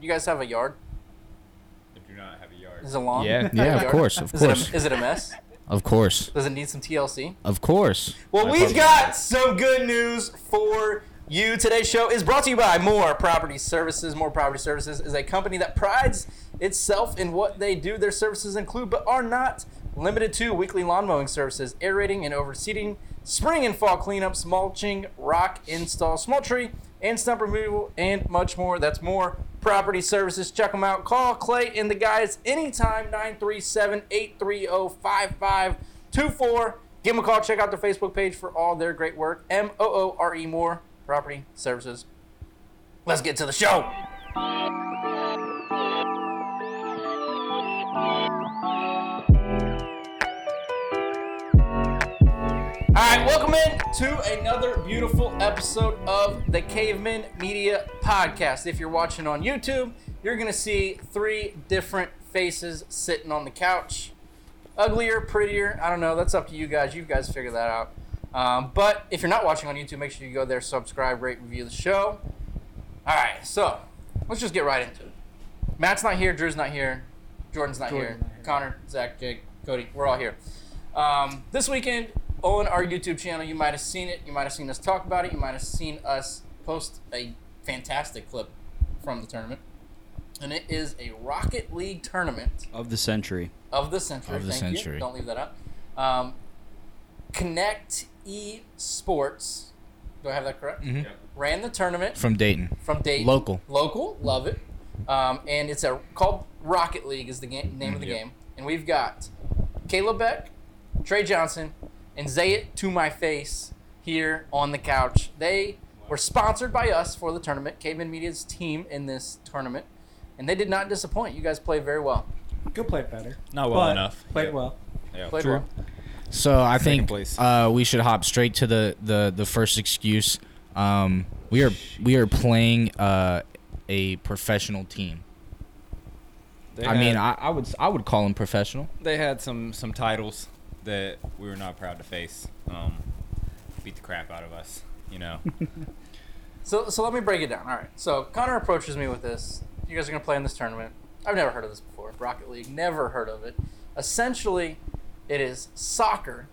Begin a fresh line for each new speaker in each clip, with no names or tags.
you guys have a yard?
I do not have a yard.
Is it long?
Yeah,
You have
yeah,
a
of
yard?
course, of
Is it,
course,
a, is it a mess?
of course,
Does it need some TLC?
of course.
Well,
My
we've
problem-
got some good news for you. Today's show is brought to you by More Property Services. More Property Services is a company that prides itself in what they do. Their services include, but are not limited to, weekly lawn mowing services, aerating and overseeding, spring and fall cleanups, mulching, rock install, small tree and stump removal, and much more. That's More Property Services. Check them out. Call Clay and the guys anytime, 937 830 5524. Give them a call. Check out their Facebook page for all their great work. M O O R E More Property Services. Let's get to the show. All right, welcome in to another beautiful episode of the Caveman Media Podcast. If you're watching on YouTube, you're going to see three different faces sitting on the couch uglier, prettier. I don't know. That's up to you guys. You guys figure that out. Um, but if you're not watching on YouTube, make sure you go there, subscribe, rate, review the show. All right, so let's just get right into it. Matt's not here. Drew's not here. Jordan's not, here. Connor, Zach, Jake, Cody, we're all here. Um, this weekend on our YouTube channel, you might have seen it. You might have seen us talk about it. You might have seen us post a fantastic clip from the tournament. And it is a Rocket League tournament
of the century.
of the century.
Of the
Thank You.
century.
Don't leave that up. Um, Connect Esports. Do I have that correct?
Mhm.
Yep.
Ran the tournament
from Dayton.
from Dayton.
Local.
Local. Love it. Um, and it's a called Rocket League is the game, name of the
Yep.
game. And we've got Caleb Beck, Trey Johnson, and Zayit to my face here on the couch. They were sponsored by us for the tournament. Caveman Media's team in this tournament, and they did not disappoint. You guys played very well.
Could play better.
Not well
but
enough.
Played
Yeah.
well.
Yeah.
Played well.
So I think
place.
uh, we should hop straight to the the, the first excuse. Um, we are we are playing uh, a professional team.
They
I mean,
had-
I, I would s- I would call them professional.
they had some some titles that we were not proud to face. Um, beat the crap out of us, you know.
So, so let me break it down. All right. So Connor approaches me with this. You guys are gonna play in this tournament. I've never heard of this before. Rocket League. Never heard of it. Essentially, it is soccer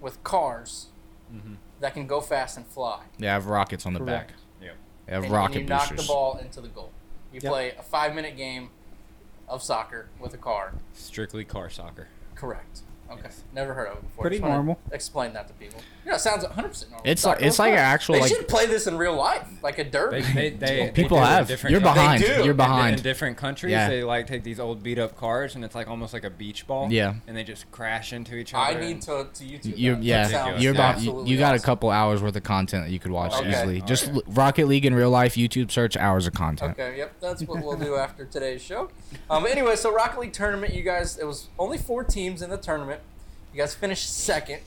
with cars
Mm-hmm.
that can go fast and fly.
They have rockets on the
Correct.
back.
Yep.
They have
and,
rocket
and you knock
boosters.
the ball into the goal. You
Yep.
play a five-minute game of soccer with a car.
Strictly car soccer.
Correct. Okay.
Yes.
Never heard of it before.
Pretty
Just wanna
normal.
Explain that to people. You know, it sounds 100 percent normal.
It's
Soccer
like it's
with
like an
cars.
actual
They
like
should play this in real life, like a derby.
They, they, they,
Oh,
they do it
people
in
have.
different
You're
countries.
behind.
do.
You're
And
In-
behind.
In, different countries,
Yeah.
they like take these old beat up cars and it's like almost like a beach ball.
Yeah.
And they just crash into each
I
other.
need
and-
to, to YouTube.
You
that. That
yeah,
sounds
you're about, you,
absolutely
you got a
awesome.
couple hours worth of content that you could watch
Okay.
easily.
All
Just
right.
l- Rocket League in real life, YouTube search hours of content.
Okay, yep, that's what we'll do after today's show. Um, but anyway, so Rocket League tournament, you guys, it was only four teams in the tournament. You guys finished second.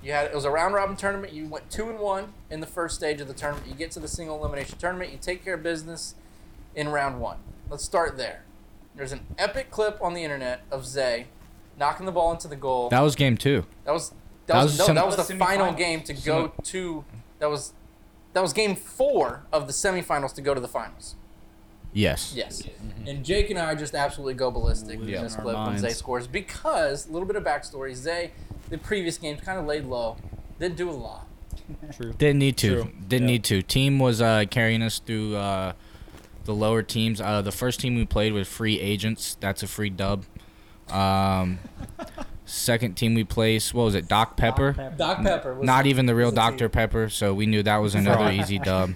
You had it was a round robin tournament. You went two and one in the first stage of the tournament. You get to the single elimination tournament. You take care of business in round one. Let's start there. There's an epic clip on the internet of Zay knocking the ball into the goal.
That was game two.
That was that,
That
was,
was
no,
sem-
that was the
That was
final
semifinals.
game to go to that was that was game four of the semifinals to go to the finals.
Yes.
Yes. And Jake and I just absolutely go ballistic in
Losing
this
our
clip when
minds.
Zay scores because a little bit of backstory, Zay the previous games kind of laid low, didn't do a lot.
Didn't need to.
True.
Didn't
Yeah.
need to. Team was uh, carrying us through uh, the lower teams. Uh, the first team we played was Free Agents. That's a free dub. Um, second team we placed, what was it? Doc Pepper.
Doc Pepper was
Not even the real
was a
Dr.
team.
Pepper, so we knew that was another
Fraud.
easy dub.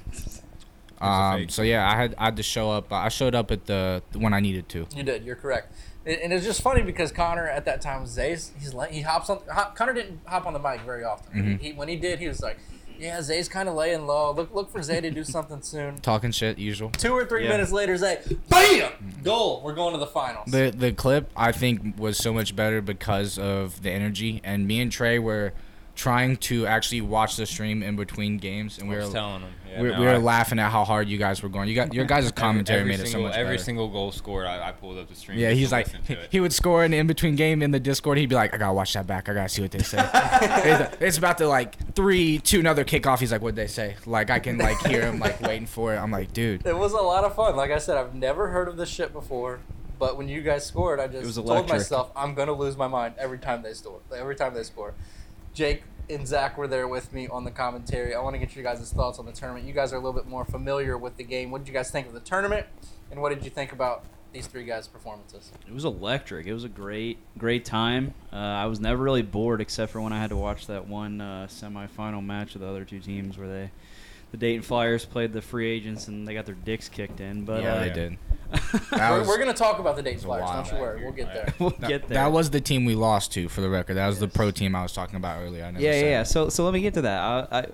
a
Um,
fake.
so yeah, I had I had to show up. I showed up at the when I needed to.
You did. You're correct. And and it's just funny because Connor at that time, Zay's he's like he hops on. Hop, Connor didn't hop on the mic very often. He, when he did, he was like, "Yeah, Zay's kind of laying low. Look, look for Zay to do something soon."
Talking shit, usual.
Two or three
Yeah.
minutes later, Zay, bam, goal. We're going to the finals.
The the clip I think was so much better because of the energy and me and Trey were trying to actually watch the stream in between games, and we
I
were
was telling him. Yeah,
we,
no,
we were
I-
laughing at how hard you guys were going. You got your guys' commentary
every
made
single,
it so much
Every
better.
single goal scored, I, I pulled up the stream.
yeah,
just
he's
to
like
listen to
he,
it.
he would score in the in between game in the Discord. He'd be like, I gotta watch that back. I gotta see what they say. it's, it's about to like three, two, another kickoff. He's like, what'd they say? Like I can like hear him like waiting for it. I'm like, dude.
It was a lot of fun. Like I said, I've never heard of this shit before. But when you guys scored, I just
was
told
electric.
myself I'm gonna lose my mind every time they score. Every time they score, Jake and Zach were there with me on the commentary. I want to get your guys' thoughts on the tournament. You guys are a little bit more familiar with the game. What did you guys think of the tournament? And what did you think about these three guys' performances?
It was electric. It was a great, great time. Uh, I was never really bored except for when I had to watch that one uh, semifinal match of the other two teams where they, the Dayton Flyers played the free agents and they got their dicks kicked in. But
yeah,
uh,
they did. That
We're,
was,
we're gonna talk about the Dayton
was a
Flyers.
while
Don't you
back
worry,
here.
we'll get there.
we'll
that,
get there.
that was the team we lost to for the record. That was the
Yes.
pro team I was talking about earlier. I never
yeah, yeah,
said
yeah.
it.
So, so let me get to that. I, I,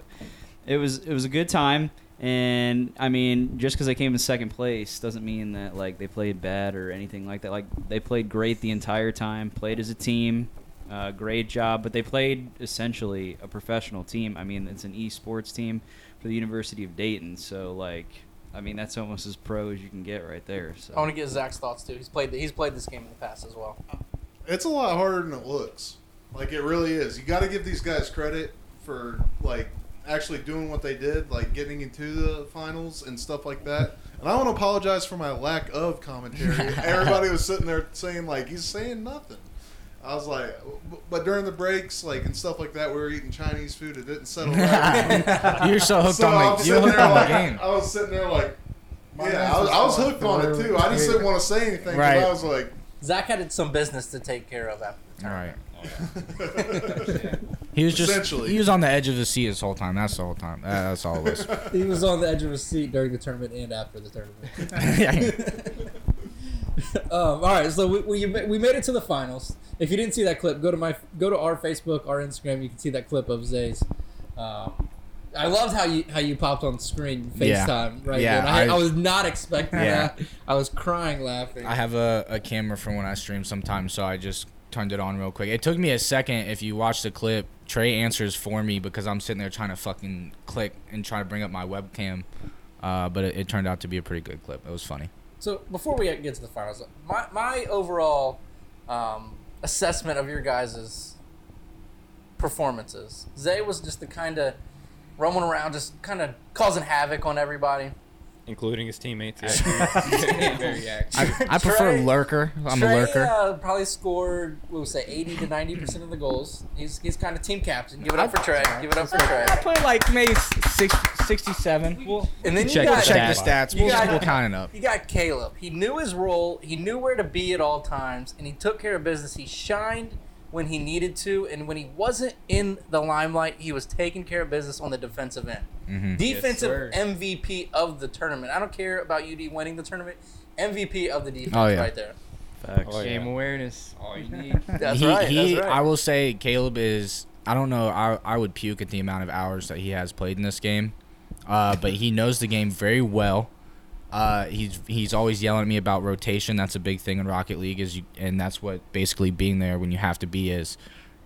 it was, it was a good time, and I mean, just because they came in second place doesn't mean that like they played bad or anything like that. Like they played great the entire time, played as a team, uh, great job. But they played essentially a professional team. I mean, it's an esports team for the University of Dayton. So, like, I mean, that's almost as pro as you can get right there. So.
Oh,
I want to get Zach's thoughts too. He's played the, he's played this game in the past as well.
it's a lot harder than it looks. Like it really is. You got to give these guys credit for like actually doing what they did, like getting into the finals and stuff like that. And I want to apologize for my lack of commentary. Everybody was sitting there saying like he's saying nothing. I was like, but during the breaks, like and stuff like that, we were eating Chinese food. It didn't settle. Right.
You're so hooked
So
on
I'm
the,
sitting
you're hooked
there
on the
like-
game.
I was sitting there like,
My
yeah,
man's
I was, I was
just
hooked on it
through.
too. I just didn't want to say anything. 'cause
Right.
I was like,
Zach had some business to take care of after.
All right.
Oh, yeah.
He was just
Essentially.
he was on the edge of the seat this whole time. That's the whole time. Uh, that's all it was.
He was on the edge of his seat during the tournament and after the tournament. um, all right, so we, we, we made it to the finals. If you didn't see that clip, go to my go to our Facebook, our Instagram. You can see that clip of Zay's. Um, I loved how you how you popped on screen
Yeah.
FaceTime right
Yeah,
then. I, I,
I-
was not expecting
Yeah.
that. I was crying laughing.
I have a, a camera for when I stream sometimes, so I just turned it on real quick. It took me a second. If you watch the clip, Trey answers for me because I'm sitting there trying to fucking click and try to bring up my webcam. Uh, but it, it turned out to be a pretty good clip. It was funny.
So before we get to the finals, my, my overall um, assessment of your guys' performances, Zay was just the kind of roaming around, just kind of causing havoc on everybody.
Including his teammates. Yeah. Very active.
I, I prefer
Trey-
lurker. I'm
Trey,
a lurker.
Uh, probably scored, what would we say, 80 to 90 percent of the goals. He's, he's kind of team captain. Give it up for Trey. Give it up for Trey.
I put like maybe six, 67. We'll
And then you
Check
got
the
check the stats.
You
We'll,
got-
we'll count it up.
You got Caleb. He knew his role. He knew where to be at all times, and he took care of business. He shined when he needed to, and when he wasn't in the limelight, he was taking care of business on the defensive end.
sir.
Mm-hmm.
Defensive MVP of the tournament. I don't care about UD winning the tournament. MVP of the defense,
Oh, yeah.
right there.
Facts.
Oh, yeah.
Game awareness.
All you need.
That's
he,
right.
he,
that's right.
I will say Caleb is. I don't know. I, I would puke at the amount of hours that he has played in this game, uh, but he knows the game very well. Uh, he's he's always yelling at me about rotation. That's a big thing in Rocket League, is you, and that's what basically being there when you have to be is.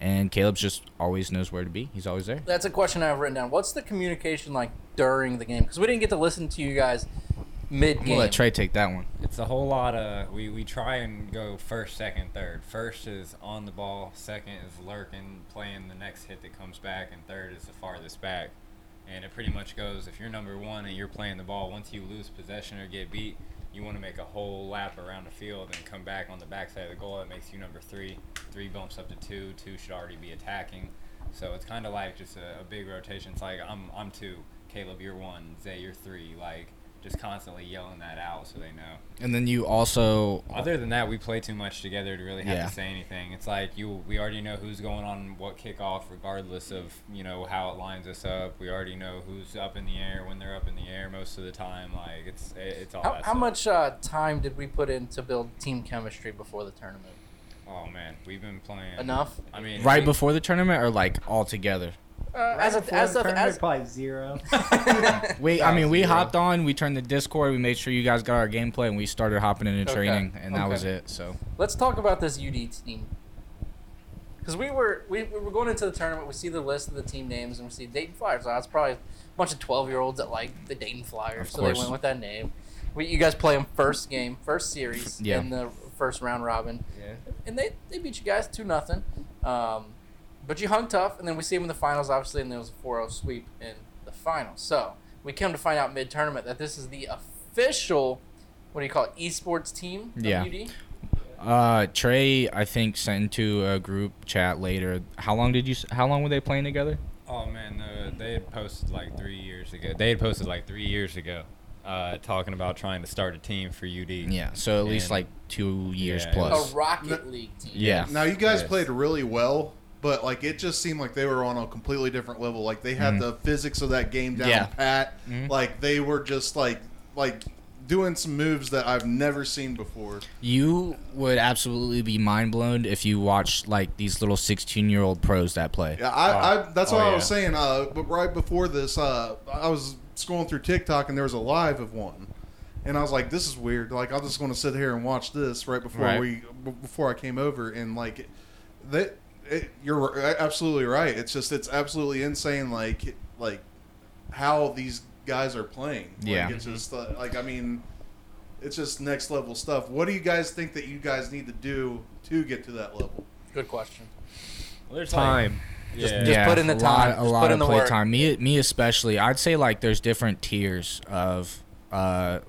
And Caleb just always knows where to be. He's always there.
that's a question I've written down. What's the communication like during the game? Because we didn't get to listen to you guys mid
We'll
game.
let Trey take that one.
It's a whole lot of we, we try and go first, second, third. First is on the ball, second is lurking, playing the next hit that comes back, and third is the farthest back. And it pretty much goes if you're number one and you're playing the ball, once you lose possession or get beat, you want to make a whole lap around the field and come back on the backside of the goal. That makes you number three. Three bumps up to two. Two should already be attacking. So it's kind of like just a, a big rotation. It's like I'm I'm two, Caleb you're one, Zay you're three. Like just constantly yelling that out so they know.
And then you also
Other than that, we play too much together to really have
Yeah.
to say anything. It's like you, we already know who's going on what kickoff, regardless of you know how it lines us up. We already know who's up in the air when they're up in the air most of the time. Like it's it, it's all.
How,
that
how
stuff.
much uh, time did we put in to build team chemistry before the tournament?
Oh man, we've been playing
Enough.
I mean,
right
we-
before the tournament, or like all together.
as a, as a, as
probably zero.
We, I mean, we
Thousand, bro.
hopped on. We turned the Discord. We made sure you guys got our gameplay, and we started hopping into
Okay.
training, and that
Okay.
was it. So
let's talk about this UD team. because we were we, we were going into the tournament. We see the list of the team names and we see Dayton Flyers. So it's probably a bunch of twelve year olds that like the Dayton Flyers,
Of
so they
course.
went with that name. We, you guys play them first game, first series
Yeah.
in the first round robin,
Yeah.
and they, they beat you guys two nothing. Um, but you hung tough, and then we see them in the finals, obviously, and there was a 4-0 sweep in the finals. So we come to find out mid tournament that this is the official, what do you call it, esports team? of
Yeah.
UD?
Uh, Trey, I think sent into a group chat later. How long did you? s- How long were they playing together?
Oh man, uh, they had posted like three years ago. They had posted like three years ago, uh, talking about trying to start a team for UD.
Yeah, so at least
And-
like two years
Yeah.
A
plus.
Rocket League team.
Yeah.
Now you guys
Yes.
played really well, but like it just seemed like they were on a completely different level. Like they had
Mhm.
the physics of that game down
Yeah.
pat.
Mhm.
Like they were just like like doing some moves that I've never seen before.
You would absolutely be mind blown if you watched like these little sixteen-year-old pros that play.
Yeah, I,
Oh.
I that's
Oh,
what I
yeah.
was saying. Uh, but right before this, uh, I was scrolling through TikTok and there was a live of one, and I was like, "This is weird." Like, I'm just going to sit here and watch this right before
Right.
we b- before I came over, and like, that it, you're r- absolutely right. It's just it's absolutely insane. Like like how these guys are playing. Like,
Yeah.
it's just uh, like I mean. It's just next level stuff. What do you guys think that you guys need to do to get to that level?
Good question.
Well, there's
Time.
Like,
Just-
yeah.
just- put in the
a
time,
Lot,
just
a
put
lot
in
of
the
play
work.
time. Me, me especially. I'd say like there's different tiers of uh,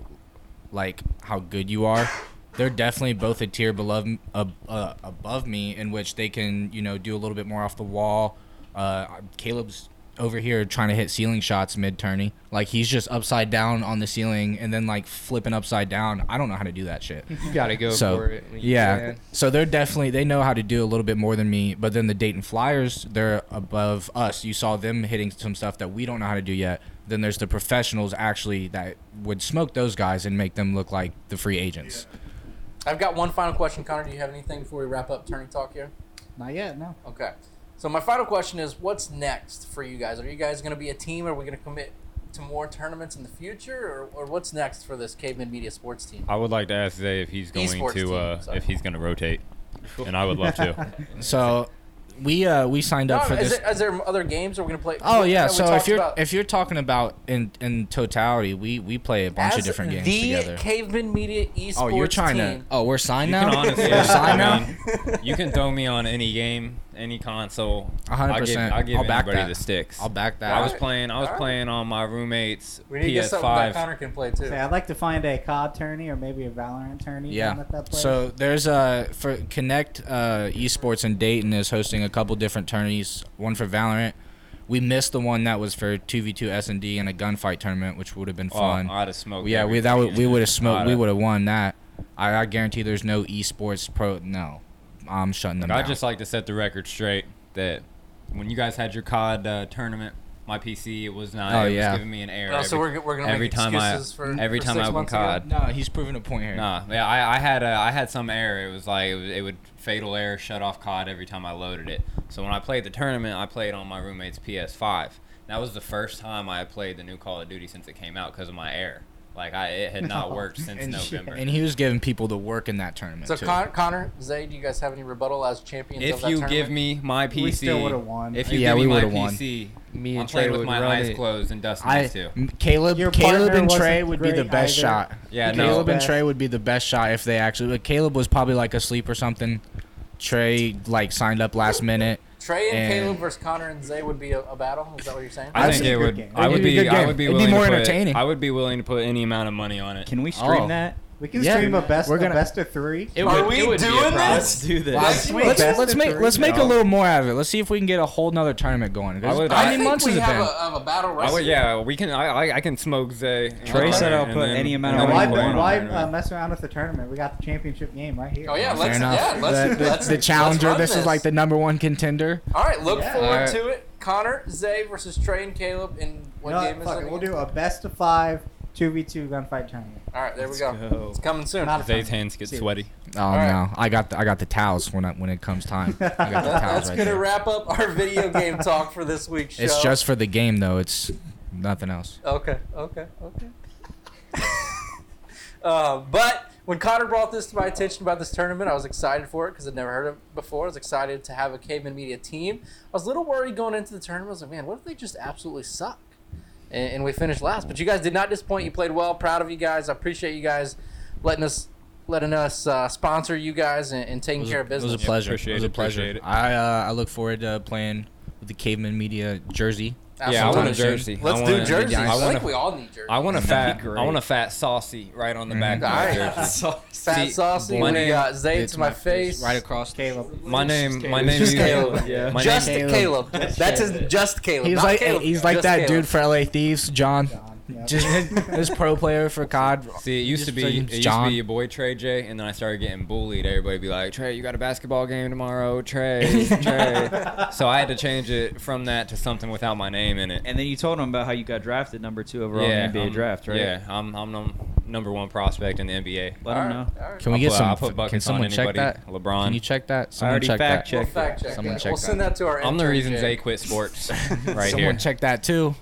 like how good you are. They're definitely both a tier below m- ab- uh, above me in which they can you know do a little bit more off the wall. Uh, Caleb's over here trying to hit ceiling shots mid tourney. Like he's just upside down on the ceiling and then like flipping upside down. I don't know how to do that shit
You gotta go
so
for it. when you
yeah
can.
so they're definitely they know how to do a little bit more than me but then the dayton flyers they're above us you saw them hitting some stuff that we don't know how to do yet then there's the professionals actually that would smoke those guys and make them look like the free agents
I've got one final question, Connor. Do you have anything before we wrap up Turning Talk here?
Not yet, no.
Okay. So my final question is, what's next for you guys? Are you guys going to be a team? Are we going to commit to more tournaments in the future, or, or what's next for this Caveman Media Sports team?
I would like to ask Zay if he's going
Esports
to
team,
uh,
sorry.
if he's going to rotate, and I would love to.
so we uh we signed up for
is,
this
there, is there other games? Are we going to play?
oh
we-
yeah
we
so
talked
if you're
about-
if you're talking about in in totality we we play a bunch
as
of different games
the
together
Caveman Media Esports
oh you're trying to
team,
oh we're signed
You can
now
honestly-
we're signed
I
now
mean, you can throw me on any game, any console.
A hundred
I'll give-
percent.
I'll give
I'll back
anybody
that.
the sticks.
i'll back that
I was
Alright.
playing. I was
Alright.
playing on my roommate's
We need to get something that
PS5.
Connor can play too.
Say, I'd like to find a COD tourney or maybe a Valorant tourney. down
Yeah.
At that place.
So there's a for Connect uh, Esports in Dayton is hosting a couple different tourneys. One for Valorant. We missed the one that was for two v two S and D in a gunfight tournament, which would have been
Oh,
fun.
I'd have smoked.
yeah, we that would, we would have smoked. We
I'da-
would have won that. I, I guarantee there's no esports pro. No, I'm shutting them
I
down.
just like to set the record straight that when you guys had your COD uh, tournament, my PC it was not.
Oh,
it
yeah.
was giving me an error.
Oh, so
every-
we're, we're going to
every
make
time I-
excuses for
every
for
time
six
I went
months ago?
COD.
no, he's proving a point here.
Nah, yeah, I, I had a, I had some error. It was like it, was, it would fatal error shut off COD every time I loaded it. So when I played the tournament, I played on my roommate's PS5. That was the first time I had played the new Call of Duty since it came out because of my error. Like I, it had not worked since
And shit.
November.
And he was giving people the work in that tournament.
So
too.
Con- Connor, Zay, do you guys have any rebuttal as champions? of
If
that
you
tournament?
give me my PC,
still would've won.
If you
Yeah,
give
we
me my
would've won.
PC,
Me
I'm
and Trey
playing with
would
my
run
eyes
it.
closed and Dustin
I,
needs to.
M- Caleb,
Your
Caleb
partner
and
wasn't
Trey would be the
great
best
either.
shot.
Yeah, no.
Caleb and
Best.
Trey would be the best shot if they actually. But Caleb was probably like asleep or something. Trey like signed up last minute.
Trey and,
And-
Caleb versus Connor and Zay would be a, a battle. Is that what you're saying?
I
I'd
think
say
it
good
would.
game.
I would
It'd be a
be.
good
I
game.
would be
It'd be
willing
more
to put,
entertaining.
I would be willing to put any amount of money on it.
Can we stream
Oh.
that?
we can
Yeah.
stream a best,
We're
we're
gonna-
a best of three.
It
Are
would-
we
it would be a
doing
problem.
this?
Let's do this.
Let's-
Sweet.
Let's,
Best
let's
of
make
three.
let's make a
No.
little more out of it. Let's see if we can get a whole nother tournament going. 'Cause
I would-
how
I
many
think
months
we
has it
have
been?
a, uh, have a battle
I
royale.
would, yeah, we can. I, I, I can smoke Zay. and
Trey
Connor,
said I'll
and
put
then-
any amount
and
of
then
why
we can play.
why uh,
um,
mess around with the tournament? We got the championship game right here.
Oh yeah, let's
enough.
yeah, let's,
the,
let's
the challenger.
let's run
this, is like the number one contender.
All right, look
Yeah.
forward
All right.
to it. Connor, Zay versus Trey and Caleb in what
You know what?
game is
Fuck
it?
it, We'll
again?
do a best of five, two v two gunfight tournament.
All right, there we
Let's
go.
go.
Oh.
It's coming soon.
Not a
Zay's hands get
Seriously.
sweaty.
Oh
right.
no, I got the, I got the towels when I, when it comes time. I got the
That-
towels
that's
right
gonna
there.
wrap up our video game talk for this week's show.
It's just for the game though. It's nothing else.
okay, okay, okay. uh, but when Cotter brought this to my attention about this tournament, I was excited for it because I'd never heard of it before. I was excited to have a Caveman Media team. I was a little worried going into the tournament. I was like, man, what if they just absolutely suck? And, and we finished last. But you guys did not disappoint. You played well. Proud of you guys. I appreciate you guys letting us letting us uh, sponsor you guys and, and taking
was a-
care of business.
It was a pleasure.
appreciate
it was a
it,
pleasure.
appreciate it.
I uh, I look forward to playing with the Caveman Media jersey.
Yeah, I want
Absolutely.
a
Sometime soon.
jersey.
Let's
I
do
want a-
jerseys.
I
I,
want
think
a-
we all need jerseys.
I want a
That'd
fat.
be
I
great.
want a fat saucy right on the
Mhm.
back.
All
of my
right.
jersey.
Fat
See,
saucy.
my
We
name-
got Zay
It's
to my face.
right across.
Caleb.
My name. My
Caleb.
name.
Just
is
Caleb.
Yeah.
My
just
name,
Caleb.
Caleb.
That's his just Caleb.
He's
not
like
Caleb.
he's like
Just
that
Caleb.
dude for LA Thieves, John.
John, yeah.
Just this pro player for COD.
See, it used to
Just
be
name's
it used to
John.
be your boy Trey J, and then I started getting bullied. Everybody be like, Trey, you got a basketball game tomorrow, Trey, Trey. So I had to change it from that to something without my name in it.
And then you told him about how you got drafted number two overall in the NBA
I'm-
draft, right?
Yeah, I'm I'm num- number one prospect in the NBA.
Let him
All
know.
right, all right.
Can we
I'll
get
put-
some?
I'll put
can
buckets on
someone check
anybody.
that?
LeBron.
Can you check that? Someone
already
check that.
fact checked.
We'll
Check
fact check
Someone
that.
check
We'll send
that.
that to our.
I'm the
intern,
reason
Jake.
Zay quit sports, right
someone
here.
check that too.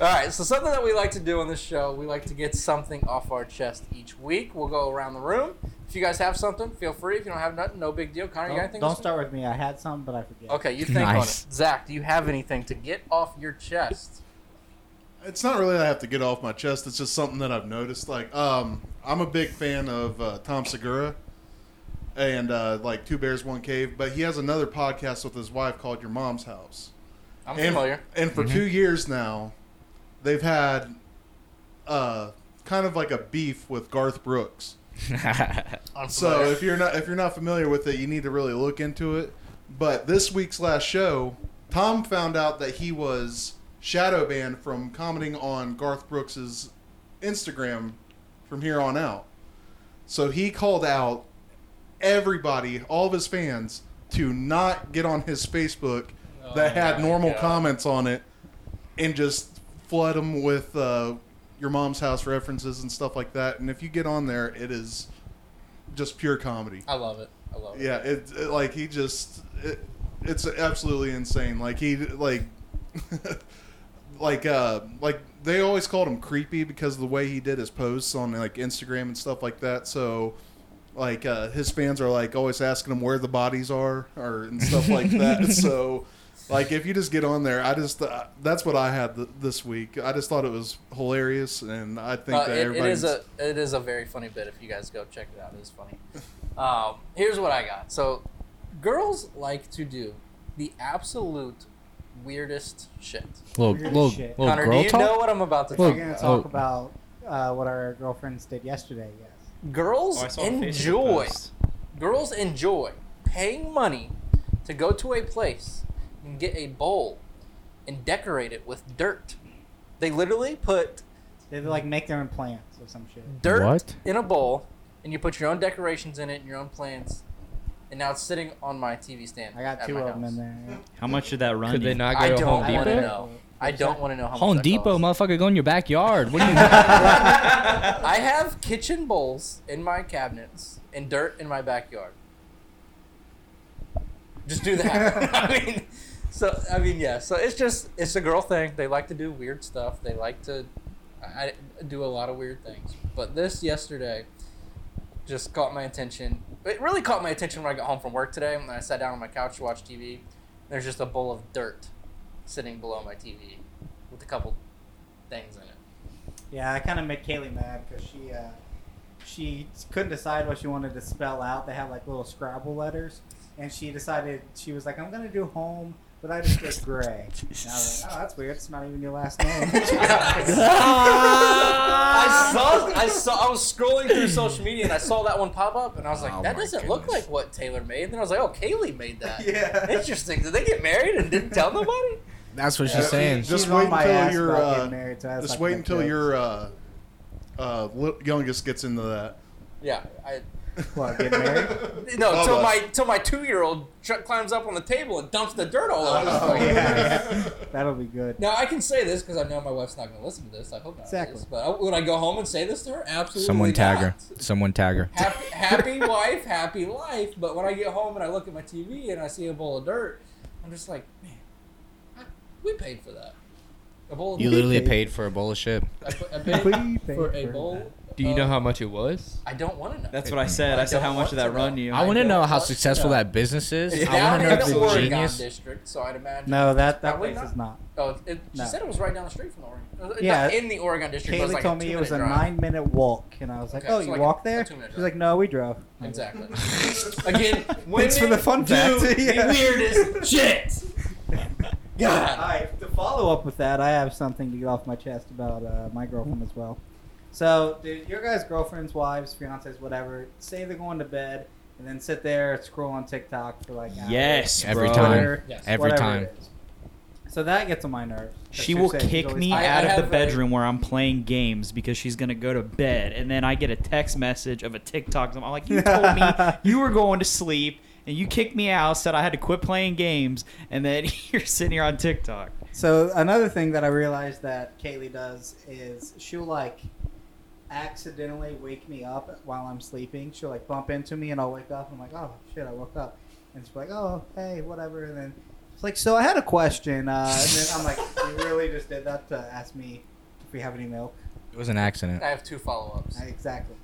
All right, so something that we like to do on this show, we like to get something off our chest each week. We'll go around the room. If you guys have something, feel free. If you don't have nothing, no big deal. Connor, you got
Don't,
anything?
don't
this week?
start with me. I had some, but I forget.
Okay, you think
Nice.
on it. Zach, do you have anything to get off your chest?
It's not really that I have to get off my chest. It's just something that I've noticed. Like, um, I'm a big fan of uh, Tom Segura and uh, like Two Bears One Cave, but he has another podcast with his wife called Your Mom's House.
I'm
and,
familiar.
and for two years now, they've had uh, kind of like a beef with Garth Brooks.
I'm
So
familiar.
if you're not if you're not familiar with it, you need to really look into it. But this week's last show, Tom found out that he was shadow banned from commenting on Garth Brooks's Instagram from here on out. So he called out everybody, all of his fans, to not get on his Facebook that
Oh
had
my
normal
God.
comments on it and just flood them with uh, your mom's house references and stuff like that. And if you get on there, it is just pure comedy.
I love it. I love it.
Yeah, it, it- like he just it, it's absolutely insane. Like he like like uh like they always called him creepy because of the way he did his posts on like Instagram and stuff like that. So like uh his fans are like always asking him where the bodies are or and stuff like that. So like if you just get on there, I just uh, that's what I had th- this week. I just thought it was hilarious, and I think
Uh,
that
it, it
everybody
is a it is a very funny bit. If you guys go check it out, it is funny. Um, here's what I got. So, girls like to do the absolute weirdest shit.
little
Weird as
little,
shit.
little
Connor, do
Oh, girl
you
talk.
know what I'm about to
We're
talk?
Look.
gonna
Oh.
talk about uh, what our girlfriends did yesterday. Yes.
Girls
Oh, I saw a Facebook
enjoy.
post.
Girls enjoy paying money to go to a place and get a bowl and decorate it with dirt. They literally put
They like make their own plants or some shit.
dirt
What?
in a bowl, and you put your own decorations in it and your own plants. And now it's sitting on my TV stand.
I got
at
two
my
of them
house.
in there.
How much did that run?
Could
you?
they not
I
go to
don't
Home
wanna
Depot?
know. I don't want to know how much
Home
that
Depot,
costs.
motherfucker, go in your backyard. What do you mean?
I have kitchen bowls in my cabinets and dirt in my backyard. Just do that. I mean, so I mean, yeah. So it's just it's a girl thing. They like to do weird stuff. They like to I I do a lot of weird things. But this yesterday just caught my attention. It really caught my attention when I got home from work today. When I sat down on my couch to watch TV, there's just a bowl of dirt sitting below my TV with a couple things in it.
Yeah, I kind of made Kaylee mad because she uh, she couldn't decide what she wanted to spell out. They had like little Scrabble letters, and she decided she was like, "I'm gonna do home." But I just did gray. And I was like, oh, that's weird. It's not even your last name. Ah.
I saw, I saw, I was scrolling through social media and I saw that one pop up and I was like,
Oh
that
my
doesn't look
goodness.
like what Taylor made. And then I was like, oh, Kaylee made that.
yeah.
Interesting. Did they get married and didn't tell nobody?
That's what
Yeah.
she's saying.
Just
She's on
wait
my
until
ass
you're,
about
uh,
getting married, so I was
Just
like,
wait
no
until
jokes.
your uh, uh, li- youngest gets into that.
Yeah. I,
What, get married?
no,
All
till
of
my
us.
till my two year old climbs up on the table and dumps the dirt all over.
Oh,
the place.
yeah. That'll be good.
Now I can say this because I know my wife's not going to listen to this. I hope not.
Exactly.
But I, would I go home and say this to her? Absolutely.
Someone tag her.
not.
Someone tag her.
happy, happy wife, happy life. But when I get home and I look at my TV and I see a bowl of dirt, I'm just like, man, I- we paid for that. A bowl of
You
dirt.
literally paid for a bowl of shit.
I, put- I
We
paid
paid
for a
for
bowl
Do you know
Uh,
how much it was?
I don't want to know.
That's what I said. I said how much did that run you?
I want to know how
want to
successful
know.
that business is.
It's
I want
down
to
in
know if
the
it's a
Oregon
genius.
district, so I'd imagine.
No, that that
Probably
place is not.
Oh, it, she
No.
said it was right down the street from the Oregon. Yeah,
Yeah.
not in the Oregon district. but
Kaylee
it's like
told
a
me it was a
two-minute drive.
nine-minute walk, and I was like,
Okay,
"Oh,
so
you
like a-
walked
a
there?"
two-minute
She's
drive.
like, "No, we drove."
Exactly. Again, women
Thanks for the fun
do
fact.
the
Yeah.
weirdest shit.
All
God.
right. To follow up with that, I have something to get off my chest about uh, my girlfriend as well. So, dude, your guys' girlfriends, wives, fiancés, whatever, say they're going to bed and then sit there and scroll on TikTok for like hours.
Yes,
Every
bro.
time.
Twitter,
Yes.
Every
whatever
time.
it is. So that gets on my nerves.
She will kick me
I- I
out of the
have a-
bedroom where I'm playing games because she's gonna go to bed, and then I get a text message of a TikTok. I'm like, you told me you were going to sleep, and you kicked me out, said I had to quit playing games, and then you're sitting here on TikTok.
So another thing that I realized that Kaylee does is she'll like accidentally wake me up while I'm sleeping. She'll like bump into me and I'll wake up. I'm like, oh shit, I woke up. And she's like, oh hey, whatever. And then it's like, so I had a question. Uh, and then I'm like, you really just did that to ask me if we have any milk?
It was an accident.
I have two follow-ups.
I- exactly.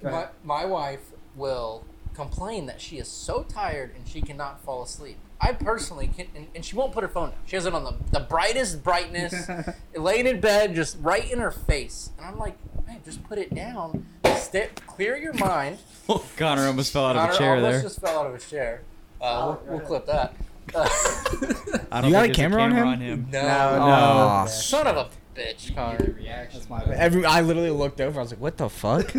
Go
My,
ahead.
my wife will complain that she is so tired and she cannot fall asleep. I personally can, and, and she won't put her phone down. She has it on the, the brightest brightness, laying in bed, just right in her face. And I'm like, man, just put it down. Stay, clear your mind.
Connor Oh, almost fell out of a
Connor
chair
almost
there.
just fell out of a chair. Uh,
Oh,
we'll, we'll
yeah.
clip that. Uh,
I
You got a
think there's
camera on him?
no,
Aw,
no.
son of a bitch, Connor.
That's my bad.
Oh, Every I literally looked over. I was like, "What the fuck?"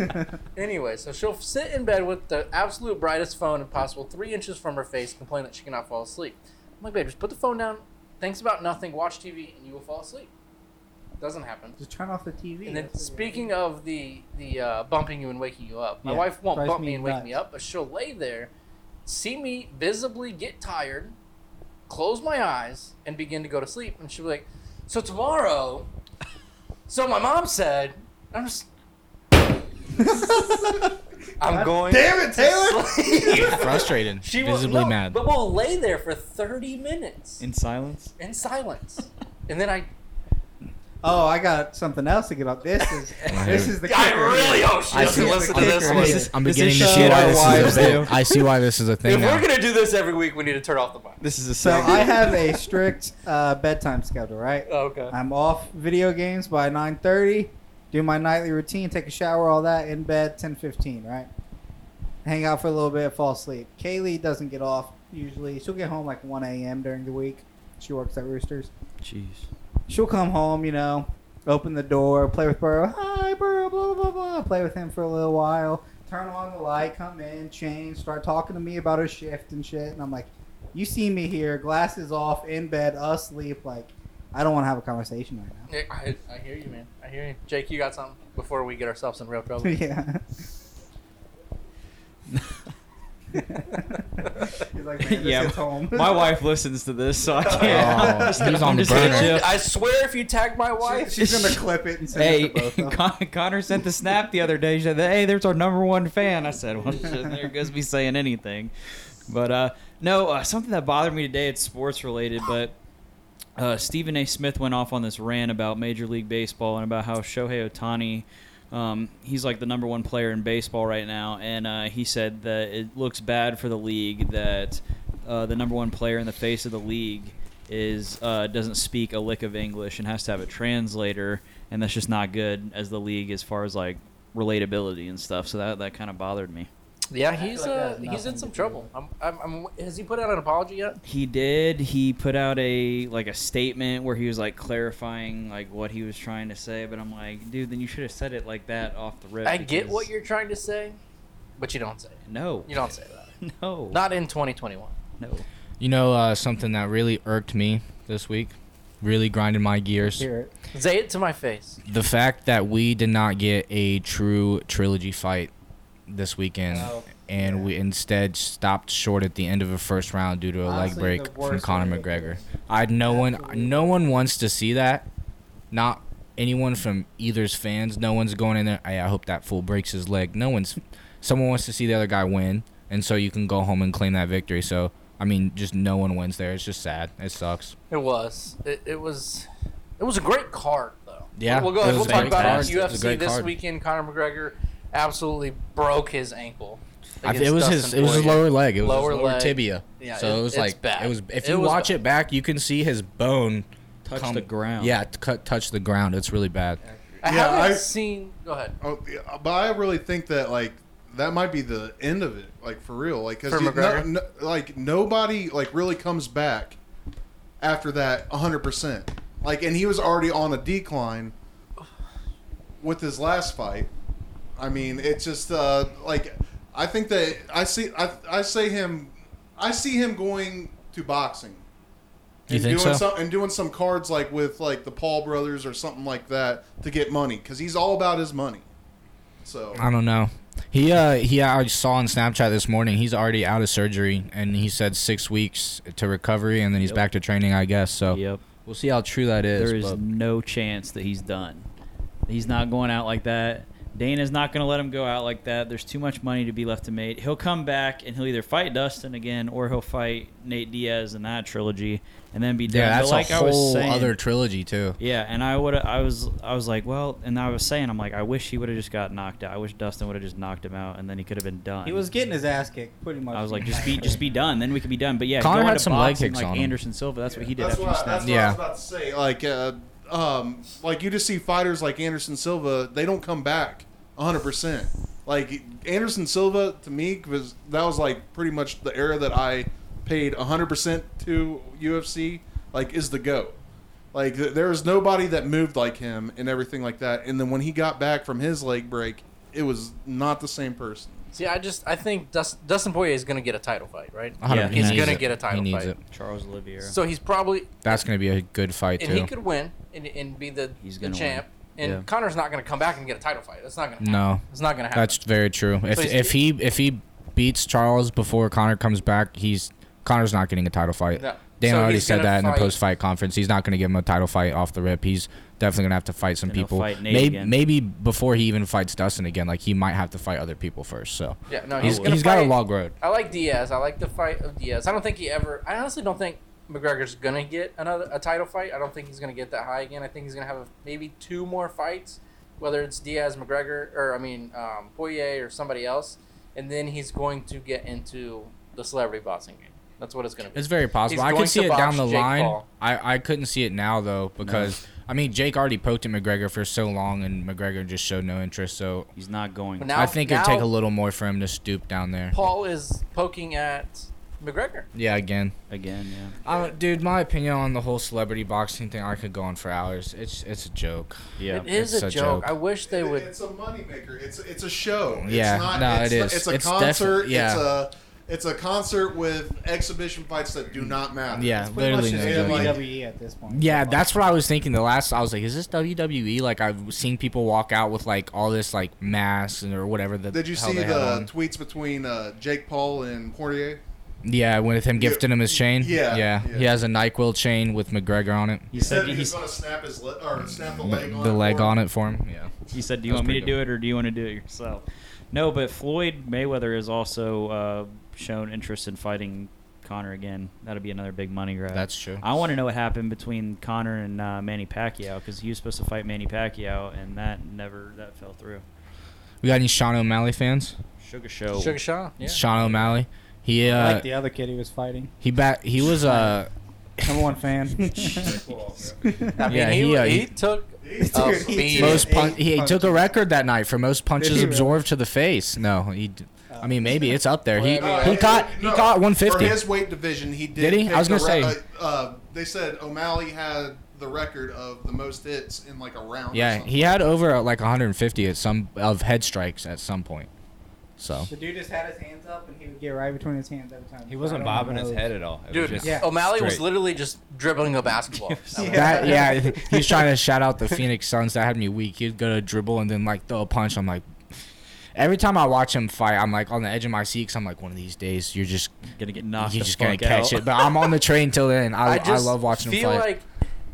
Anyway, so she'll sit in bed with the absolute brightest phone possible, three inches from her face, complaining that she cannot fall asleep. I'm like, babe, just put the phone down, thinks about nothing, watch TV, and you will fall asleep. Doesn't happen.
Just turn off the TV.
And then
That's what
speaking of the the uh, bumping you and waking you up, my
Yeah,
wife won't
drives
bump
me
me and wake
nuts.
me up, but she'll lay there, see me visibly get tired, close my eyes, and begin to go to sleep. And she'll be like, "So tomorrow." So my mom said, "I'm just." I'm going.
Damn it, Taylor!
Frustrated,
She will-
visibly
no,
mad.
But we'll lay there for 30 minutes in,
in silence.
silence. and then I,
Oh, I got something else to get up. This is this is the
I
kicker.
really hope she
I
doesn't
see-
listen to
I
this
see-
one.
This is-
I'm
this
beginning to
is
see
shit
why
our
this
wives
is a thing.
do.
I see why this is a
If
thing now.
we're gonna do this every week, we need to turn off the mic.
This is a
So
segment.
I have a strict uh, bedtime schedule, right?
Okay.
I'm off video games by 9:30. Do my nightly routine, take a shower, all that in bed 10:15, right? Hang out for a little bit, fall asleep. Kaylee doesn't get off usually. She'll get home like 1 a.m. during the week. She works at Roosters.
Jeez.
She'll come home, you know, open the door, play with Burrow. Hi, Burrow, blah blah blah blah. Play with him for a little while. Turn on the light, come in, change, start talking to me about her shift and shit. And I'm like, you see me here, glasses off, in bed, asleep. Like, I don't want to have a conversation right now.
Yeah, I, I hear you, man. I hear you. Jake, you got something before we get ourselves in real trouble?
yeah. He's like, man,
Yeah,
yeah, home.
My wife listens to this, so I
Oh,
can't.
he's on
I'm
the
just gonna
burner.
chill.
I swear, if you tag my wife,
She's gonna clip it and send
Hey,
it to both of them.
Con- Connor sent the snap the other day. She said, "Hey, there's our number one fan." I said, "Well, shit, there goes me saying anything." But uh, no, uh, something that bothered me today. It's sports related, but uh, Stephen A. Smith went off on this rant about Major League Baseball and about how Shohei Otani, um, he's like the number one player in baseball right now, and uh, he said that it looks bad for the league that uh, the number one player in the face of the league is uh, doesn't speak a lick of English and has to have a translator, and that's just not good as the league as far as like relatability and stuff. So that that kind of bothered me.
yeah,
feel
he's
like that
uh,
has
he's
nothing
in some
to do with
trouble. I'm, I'm, I'm, has he put out an apology yet?
He did. He put out a like a statement where he was like clarifying like what he was trying to say, but I'm like, dude, then you should have said it like that off the rip.
I get
because-
what you're trying to say, but you don't say it.
No.
You don't say that.
No.
Not in 2021.
no.
You know uh, something that really irked me this week, really grinded my gears.
Hear it.
Say it to my face.
The fact that we did not get a true trilogy fight this weekend,
Oh,
and
yeah.
we instead stopped short at the end of a first round due to a leg
Honestly,
break
the
from
worst
Conor
way to do
McGregor.
it.
I no one
Absolutely.
no one wants to see that. Not anyone from either's fans. No one's going in there. "Hey, I hope that fool breaks his leg. No one's. Someone wants to see the other guy win, and so you can go home and claim that victory. So I mean, just no one wins there. It's just sad. It sucks.
It was. It, it was. It was a great card, though.
Yeah,
we'll go ahead.
it
We'll
was a
talk
great
about
card.
it.
It was a
UFC
great
this
card.
weekend. Conor McGregor absolutely broke his ankle.
I, it
against
was his.
Dustin
It was his
Poirier.
lower leg. It was
Lower
his lower
leg.
tibia.
Yeah,
so
it-
it was
it's
like
bad.
it was. If
It
you
was
watch
bad.
it back, you can see his bone
Touch
come-
the ground.
Yeah, t- cut, touch the ground. It's really bad.
I
Yeah,
haven't
I-
seen. Go ahead.
Oh, yeah, but I really think that like that might be the end of it, like for real, like because
For
no,
McGregor?
no, like nobody like really comes back after that hundred percent. Like, and he was already on a decline with his last fight. I mean, it's just uh, like I think that I see I I say him I see him going to boxing.
You
and
think
doing
so?
Some, and doing some cards like with like the Paul brothers or something like that to get money because he's all about his money. So
I don't know. He uh he I saw on Snapchat this morning. He's already out of surgery, and he said six weeks to recovery, and then he's
Yep.
back to training. I guess so.
Yep.
We'll see how true that is.
There is
but-
no chance that he's done. He's not going out like that. Dana's not going to let him go out like that. There's too much money to be left to make. He'll come back and he'll either fight Dustin again or he'll fight Nate Diaz in that trilogy and then be done.
yeah, that's
But like
a
I was
whole
saying,
other trilogy too.
Yeah, and I would I was I was like, well, and I was saying I'm like I wish he would have just got knocked out. I wish Dustin would have just knocked him out and then he could have been done.
He was getting his ass kicked pretty much.
I was
the
like, just be
entire
just
thing.
be done. Then we could be done. But yeah,
Connor
going
had
to
some leg
boxing
kicks
like
on him.
Anderson Silva. That's what he did
that's
after
what,
he
I- that's
snapped.
what I
Yeah.
was about to say. Like, uh, um, like you just see fighters like Anderson Silva, they don't come back 100. percent Like Anderson Silva to me was that was like pretty much the era that I paid 100 percent to UFC. Like, is the goat. Like th- there was nobody that moved like him and everything like that. And then when he got back from his leg break, it was not the same person.
See, I just I think Dust, Dustin Poirier is going to get a title fight, right?
A hundred
Yeah.
percent.
He's
He
gonna
needs it.
get a title
He needs
fight.
it.
Charles Oliveira.
So he's probably
That's gonna be a good fight
and
too.
he could win and, and be the,
He's
the
gonna
champ. And
Yeah.
Connor's not going to come back and get a title fight. That's not going to happen.
no,
It's not going to happen.
that's very true. If
he's-
if he if he beats Charles before Connor comes back, he's Connor's not getting a title fight.
No.
Dana
So
already
he's
said
gonna
that in the
fight-
post fight conference. He's not going to give him a title fight off the rip. He's definitely going to have to fight some
Then he'll
people.
fight Nate
maybe,
again.
maybe before he even fights Dustin again, like he might have to fight other people first. So
yeah, no, he's
he's,
going
he's
to
got
fight.
a long road.
I like Diaz. I like the fight of Diaz. I don't think he ever. I honestly don't think McGregor's gonna get another a title fight. I don't think he's gonna get that high again. I think he's gonna have maybe two more fights, whether it's Diaz, McGregor, or I mean um, Poirier or somebody else, and then he's going to get into the celebrity boxing game. That's what it's gonna be.
It's very possible.
He's
I
going
could see
to
it down
box
the
Jake
line.
Paul.
I, I couldn't see it now though because I mean Jake already poked at McGregor for so long and McGregor just showed no interest. So
He's not going.
But now-
I think it'd take
now-
a little more for him to stoop down there.
Paul is poking at McGregor.
Yeah, again.
again. Yeah.
I don't- dude, my opinion on the whole celebrity boxing thing, I could go on for hours. It's it's a joke.
Yeah.
it is
it's
a
a
joke.
joke.
I wish they
It-
would.
It's a moneymaker. It's it's a show.
Yeah,
it's not,
no,
it's,
it
not-
is.
It's a
It's
concert.
defi- yeah.
It's a it's a concert with exhibition fights that do not matter.
Yeah,
It's pretty
literally
much
no
just
no joke.
WWE E at this point.
E Yeah, that's what I was thinking. The last I was like, is this WWE? Like I've seen people walk out with like all this like masks and or whatever. The
Did you
hell
see
they had
the
on.
tweets between uh, Jake Paul and Poirier?
Yeah, with him gifting him his chain.
Yeah,
yeah,
yeah.
He has a Nyquil chain with McGregor on it.
He
He said
said
he was
he's.
going to snap his le- or snap the leg on
the
it
leg
for
on
him.
it for him. Yeah.
He said, "Do you
That's
want me to
pretty
do it, or do you want to do it yourself?" No, but Floyd Mayweather has also uh, shown interest in fighting Connor again. That'll be another big money grab.
That's true.
I want to know what happened between Connor and uh, Manny Pacquiao because he was supposed to fight Manny Pacquiao, and that never that fell through.
We got any Sean O'Malley fans?
Sugar Show.
Sugar Sean. Yeah.
Sean O'Malley. He uh
I like the other kid he was fighting.
he bat he was uh
Number one fan.
I mean,
Yeah,
he,
he, uh,
he
he-
took
He's-
Oh,
Dude, he
Yeah.
most
took
pun-
eight
he, he took
punches.
a record that night for most
he
punches
really?
absorbed to the face. No, he d- I mean maybe it's up there. He
Well, I
No,
he
it-
caught he
no,
caught
For
150.
his weight division, he did.
Did he? I
pick
was gonna
the
say.
re- uh, uh, they said O'Malley had the record of the most hits in like a round. or
Yeah,
something.
he had over uh, like 150 at some of head strikes at some point. So
Uh, The dude just had his hands up and he would get right between his hands every time.
He wasn't
So I don't
bobbing
know.
his head at all. It
Dude,
was just
Yeah.
O'Malley was
straight.
literally just dribbling a basketball.
Yeah.
That yeah, he's trying to shout out the Phoenix Suns. That had me weak. He'd go to dribble and then like throw a punch. I'm like, every time I watch him fight, I'm like on the edge of my seat. Cause I'm like, one of these days you're just
Gonna get knocked.
you're
the
just gonna
fuck
catch
out.
it. But I'm on the train till then. I I, love watching him
feel
fight.
like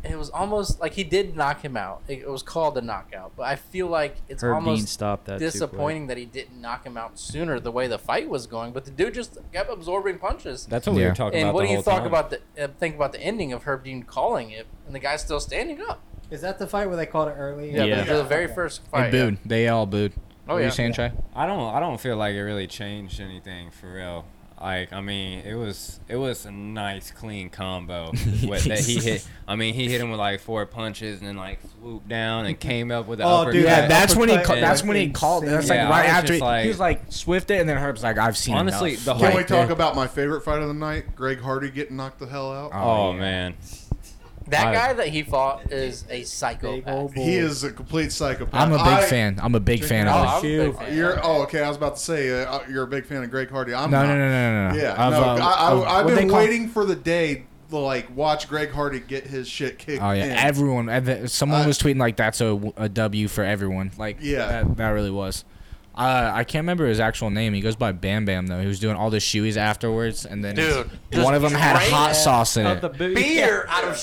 it was almost like he did knock him out. It, it was called a knockout, but I feel like it's
Herb Dean
almost
stopped that. too quick.
disappointing that he didn't knock him out sooner. The way the fight was going, but the dude just kept absorbing punches.
That's what we
Yeah.
were talking
and
about.
what
the
do you
whole
talk
time.
about the uh, think about the ending of Herb Dean calling it and the guy's still standing up?
Is that the fight where they called it early?
Yeah,
Yeah.
The, the very first
And
fight. yeah.
booed. They all booed.
Oh,
what are
yeah.
you saying, Trey?
I don't I don't feel like it really changed anything for real. Like I mean, it was it was a nice clean combo what, that he hit. I mean, he hit him with like four punches and then like swooped down and came up with the
Oh,
uppercut.
dude,
Yeah,
that
that's when he.
uppercut
Ca-
was
that's when he
insane.
called. That's like
Yeah, I
right
was
after
just
he,
like-
he was like swift it, and then Herb's like, I've seen.
Honestly,
enough.
the
Can we
Right
talk about my favorite fight of the night? Greg Hardy getting knocked the hell out.
Oh man,
That
I-
guy that he fought is a psycho.
Big old boy.
He is a complete psychopath.
I'm a big
I-
fan. I'm a big fan
Oh,
of.
I'm a big
Shoot.
fan.
You're oh okay. I was about to say uh, you're a big fan of Greg Hardy. I'm
No,
not.
no, no, no, no, no.
Yeah,
Of,
no,
uh,
I, I,
of-
I've
what they
been
call-
waiting for the day to like watch Greg Hardy get his shit kicked.
Oh yeah,
in.
everyone. ev- th- Someone
I-
was tweeting like that's a, w- a W for everyone. Like
Yeah.
that, that really was. Uh, I can't remember his actual name. He goes by Bam Bam though. He was doing all the shoeies afterwards, and then
Dude,
one of them had
just
hot
drained
sauce in
Of
it.
the boot-
Beer out of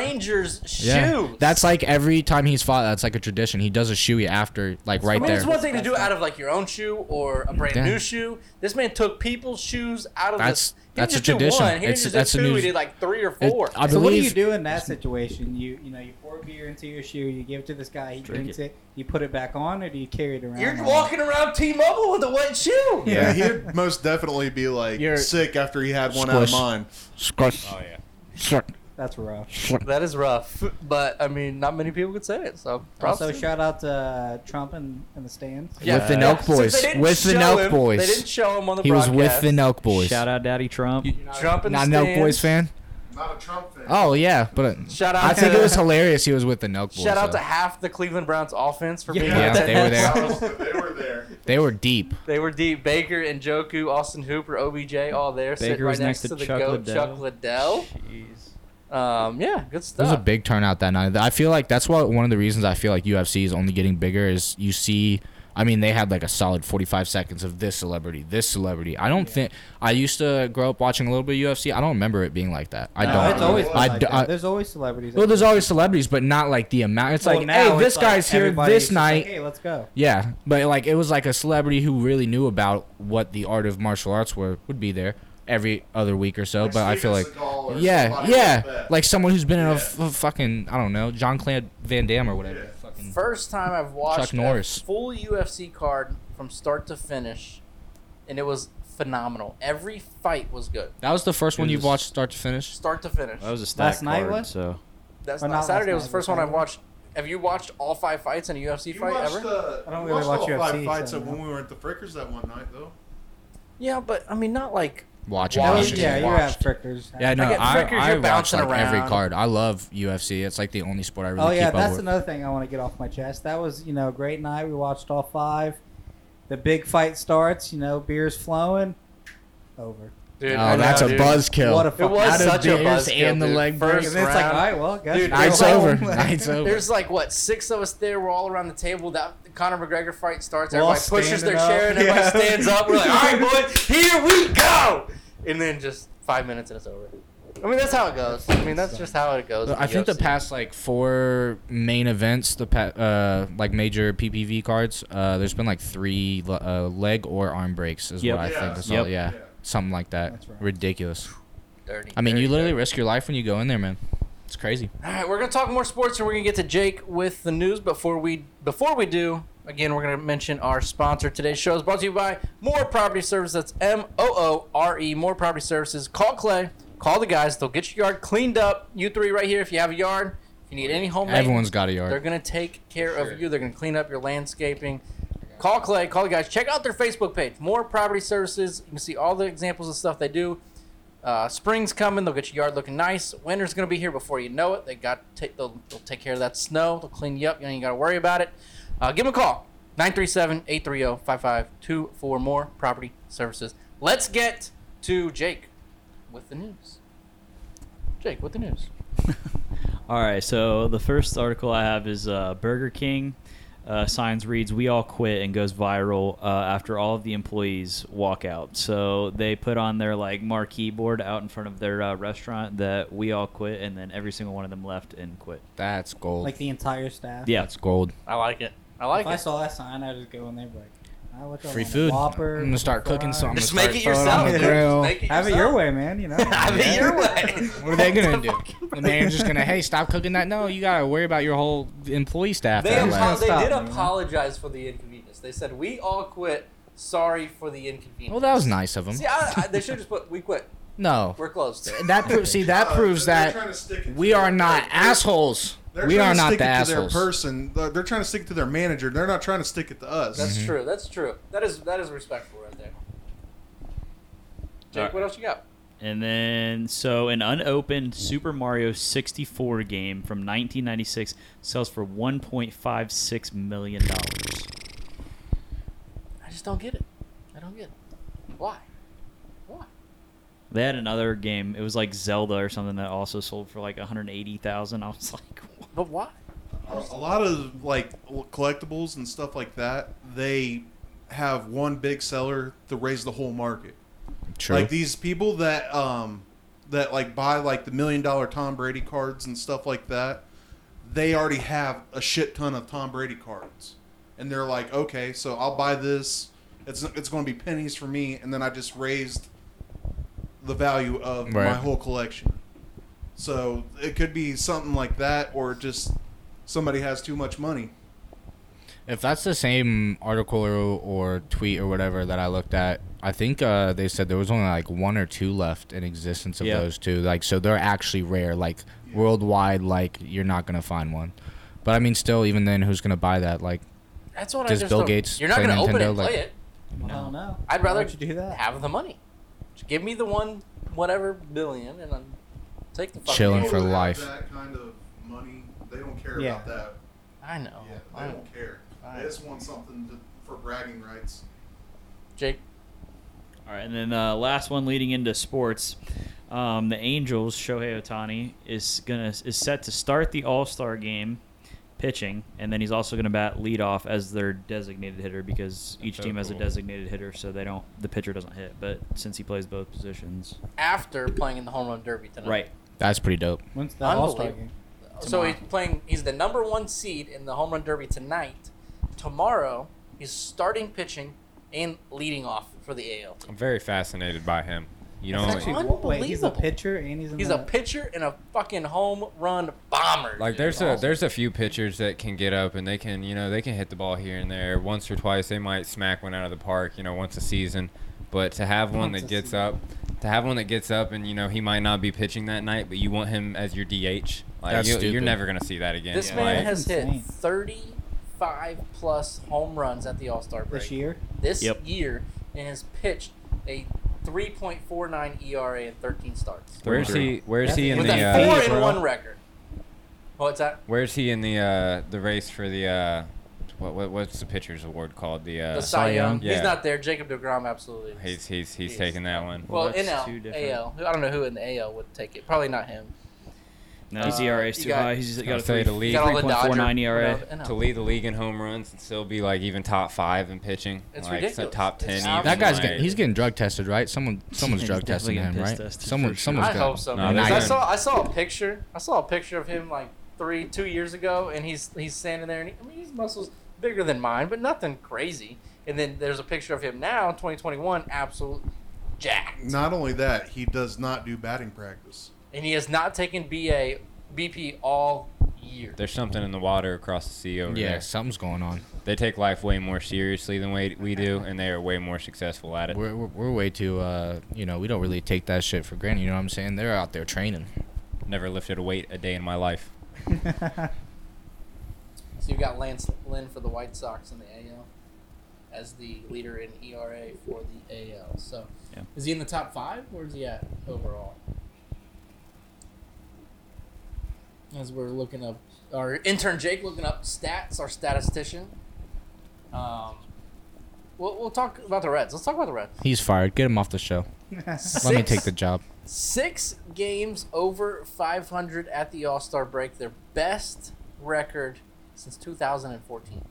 strangers'
yeah,
shoes.
that's like every time he's fought. That's like a tradition. He does a shoey after, like
I
right
mean,
there.
it's one thing to do out of like your own shoe or a brand
Yeah.
new shoe. This man took people's shoes out of
That's-
this. He
that's
didn't just do
a tradition.
One. He didn't
It's-
just
that's a
do two.
new-
He did like three or
It-
four.
I
so what do you
believe
do in that situation? You you know you pour beer into your shoe, you give it to this guy, he
Drink
drinks it. you put it back on, or do you carry it around?
Ah.
You're walking around T-Mobile with a wet shoe.
Yeah, he'd most definitely be like
You're-
sick after he had one out of
Squish.
mine.
squirt,
oh yeah.
squirt.
That's rough.
That is rough, but I mean, not many people could say it. So props
Also,
to-
shout out to uh, Trump in, in the stands.
With the Nelk
Since
boys.
they didn't
With the
show
Nelk
him-
boys.
They didn't show him on the
He was with
broadcast.
the Nelk boys.
Shout out, Daddy Trump.
Trump in
Not
the
Nelk boys
stands.
fan.
Not a Trump fan.
Oh yeah, but uh,
Shout out
I think
to-
it was hilarious. He was with the Nelk boys.
Shout out
though.
to half the Cleveland Browns offense for being
Yeah,
with
they
the-
were there.
they were there.
They were deep.
They were deep. Baker and Joku, Austin Hooper, OBJ, all there. sitting
Baker
right
was
next,
next
to,
to
the
Chuck
goat,
Liddell.
Chuck Liddell.
Jeez.
Um, yeah, good
It was a
stuff.
big turnout that night. I feel like that's why one of the reasons I feel like UFC is only getting bigger is you see. I mean, they had like a solid 45 seconds of this celebrity, this celebrity. I don't think I used to grow up watching a little bit of UFC. I don't remember it being like that. I
No,
don't.
It's always been
I
like
d-
that.
I-
there's always celebrities.
well,
out
there's
there.
always celebrities, but not like the amount. It's
Well,
like,
now
hey, this
it's like
guy's here
everybody's
this
just like,
night.
hey, let's go.
Yeah, but like it was like a celebrity who really knew about what the art of martial arts were would be there every other week or so. but I feel like yeah, yeah, like, someone who's been in a,
Yeah.
f- a fucking I don't know John Claude Van Damme or whatever.
Yeah.
Fucking
First time I've watched
Chuck Norris.
a full UFC card from start to finish, and it was phenomenal. Every fight was good,
that was the first one
It
you've
was-
watched start to finish.
start to finish.
That was a stack
Last night
card,
was?
So
That's
Or
not,
not last
Saturday was the
night,
first
the
one I
Saturday.
watched. Have you watched all five fights in a UFC
You
fight
watched,
ever?
uh,
I don't
you
really
watched
watch
all five
UFC,
fights
so
of
no.
when we were at the Frickers that one night, though.
yeah, but I mean, not like
Watching,
Why
That
would
was-
watching,
you
Oh, yeah, you're
watched.
at Frickers.
Yeah, no,
I
I
get
I,
frickers, you're
watch
bouncing
like every
around.
card. I love UFC. It's like the only sport I really
Oh
keep
yeah,
up
that's
with.
another thing I want to get off my chest. That was you know a great night. We watched all five. The big fight starts. You know, beers flowing. Over.
dude. I
oh, that's
know,
a
dude.
buzzkill.
What a
It
fucking.
was
Out of
such a
beers
buzzkill,
and the
dude.
leg
First
and it's like, all
round.
right, well, guess
Dude,
we're
Night's
home.
over. Night's over.
There's like what six of us there. We're all around the table. That the Conor McGregor fight starts.
We're all
Everybody pushes their
standing up.
chair and everybody
Yeah.
stands up. We're like, all right, boys, here we go. And then just five minutes and it's over. I mean, that's how it goes. I mean, that's just how it goes.
I think the past like four main events, the pa- uh, like major PPV cards, uh, there's been like three le- uh, leg or arm breaks is
Yep.
what I
Yeah.
think. That's
Yep.
all, yeah.
Yeah.
something like that.
That's right.
Ridiculous.
Dirty,
I mean,
dirty,
you literally
dirty.
risk your life when you go in there, man. It's crazy.
All right, we're gonna talk more sports, and we're gonna get to Jake with the news. Before we before we do, again, we're gonna mention our sponsor. Today's show is brought to you by More Property Services. That's M O O R E. More Property Services. Call Clay. Call the guys. They'll get your yard cleaned up. You three right here. If you have a yard, if you need any home
Everyone's got a
Oh, they're
yard.
gonna take care
Sure.
of you. They're gonna clean up your landscaping. Call Clay. Call the guys. Check out their Facebook page. More property services. You can see all the examples of stuff they do. Uh, spring's coming. They'll get your yard looking nice. Winter's gonna be here before you know it. They got take. They'll, they'll take care of that snow. They'll clean you up. You ain't gotta worry about it. Uh, give them a call. oh, 937-830-5524. More property services. Let's get to Jake with the news. Jake with the news.
All right, so the first article I have is uh, Burger King uh, signs reads "We all quit" and goes viral uh, after all of the employees walk out. So they put on their like marquee board out in front of their uh, restaurant that "We all quit," and then every single one of them left and quit.
That's gold.
like the entire staff.
Yeah,
That's gold.
I like it. I like
if I
it.
saw that sign, I'd just go in there. and be Like, I look up
Free
on a
food.
Whopper,
I'm gonna start cooking
fries.
something.
Just
gonna
make it
start throwing
yourself.
on the
dude.
grill.
Make it
Have it
yourself.
your way, man. You know.
Have it your way.
What are they gonna
Don't
do?
fucking-
The manager's gonna, hey, stop cooking that. No, you gotta worry about your whole employee staff.
They,
that
am
way.
apo-
Stop,
they did
man.
apologize for the inconvenience. They said we all quit. Sorry for the inconvenience.
well, that was nice of them.
See, I, I, they should just put we quit.
No,
We're closed. today."
that pro- see that
Uh,
proves
they're
that
trying to stick it
we
to
are
their-
not
they're-
assholes.
they're
We
trying
are
to
not
stick
the
it to their
assholes.
person. They're they're trying to stick it to their manager. They're not trying to stick it to us.
That's
Mm-hmm.
true. That's true. That is that is respectful right there. Jake,
Alright.
what else you got?
And then, so an unopened Super Mario 64 game from 1996 sells for 1.56 million dollars.
I just don't get it. I don't get it. Why? Why?
They had another game. It was like Zelda or something that also sold for like 180,000. I was like, what?
But why?
A lot of like collectibles and stuff like that, they have one big seller to raise the whole market.
True.
Like these people that um that like buy like the million dollar Tom Brady cards and stuff like that, they already have a shit ton of Tom Brady cards. And they're like, "Okay, so I'll buy this. It's it's going to be pennies for me and then I just raised the value of my
Right.
whole collection." So, it could be something like that or just somebody has too much money.
If that's the same article or, or tweet or whatever that I looked at, I think uh, they said there was only like one or two left in existence of
Yeah.
those two. Like, so they're actually rare. Like worldwide, like you're not gonna find one. But I mean, still, even then, who's gonna buy that? Like,
That's what I
Does
just
Bill
don't-
Gates
You're not
play
going to open it
Nintendo
and
like-
play it.
I don't know.
I'd rather
Why would you do that.
have the money. Just give me the one whatever billion and I'm take the fucking
Chilling
money.
for
People that have
life.
That kind of money, they don't care
Yeah.
about that.
I know.
Yeah,
I
they
know.
Oh, don't care.
Alright.
They just want something to, for bragging rights.
Jake,
All right, and then uh, last one leading into sports, um, the Angels Shohei Otani is gonna is set to start the All Star game, pitching, and then he's also gonna bat leadoff as their designated hitter because each
so
team has a
cool.
designated hitter, so they don't the pitcher doesn't hit. But since he plays both positions,
after playing in the home run derby tonight.
right?
that's pretty dope.
When's the All Star
Unbelievable.
game?
So
Tomorrow.
he's playing. He's the number one seed in the home run derby tonight. Tomorrow, he's starting pitching and leading off for the AL.
I'm very fascinated by him. You know,
That's
like,
actually-
Wait, he's a
Unbelievable.
pitcher and he's in
He's
the,
a pitcher and a fucking home run bomber.
like
dude.
there's a
Awesome.
there's a few pitchers that can get up and they can you know they can hit the ball here and there once or twice. They might smack one out of the park, you know, once a season. But to have one
Once
that
a
gets
season.
up, to have one that gets up and you know he might not be pitching that night, but you want him as your DH. Like
That's
you, you're
stupid.
never gonna see that again.
This
Like,
man
That's
has hit
insane.
35 plus home runs at the All Star break
this year.
this
Yep.
year and has pitched a 3.49 ERA E in 13 starts
where's he? Where's he in
with
the?
a
Uh,
four
Hey,
and
bro.
one record. What's that?
Where's he in the uh, the race for the uh, what, what what's the pitcher's award called? The uh,
the Cy Young.
Yeah.
He's not there. Jacob Degrom absolutely. is.
he's he's he's
He's-
taking that one.
well,
Well, that's two
NL,
different-
AL. I don't know who in the AL would take it. Probably not him.
No, his
Uh,
ERA is
you
too
got-
high. He's
I'll
got a
say
three
the league-
three
Got all
point
the
four nine
E
E
Dodger-
ERA.
no, no.
To lead the league in home runs and still be like even top five in pitching,
It's
like so
ridiculous.
top ten.
It's
even,
That guy's
like-
getting, he's getting drug tested, right? Someone someone's
He's
drug
definitely
testing him,
getting piss
right?
tested,
Someone
for sure.
someone's
I
got-
hope so.
No,
man.
they're
I
good.
saw I saw a picture. I saw a picture of him like three two years ago, and he's he's standing there, and he, I mean his muscles bigger than mine, but nothing crazy. And then there's a picture of him now, 2021, absolute jacked,
Not only that, he does not do batting practice.
and he has not taken BA BP all year.
There's something in the water across the sea over
Yeah,
there.
something's going on.
They take life way more seriously than we, we do, and they are way more successful at it.
We're, we're, we're way too, uh, you know, we don't really take that shit for granted. You know what I'm saying? They're out there training.
Never lifted a weight a day in my life.
So you've got Lance Lynn for the White Sox in the AL as the leader in ERA for the AL. So
Yeah.
is he in the top five? Where is he at overall? As we're looking up, our intern Jake looking up stats, our statistician. Um, we'll, we'll talk about the Reds. Let's talk about the Reds.
He's fired. Get him off the show. Let me take the job.
Six games over 500 at the All Star break, their best record since 2014.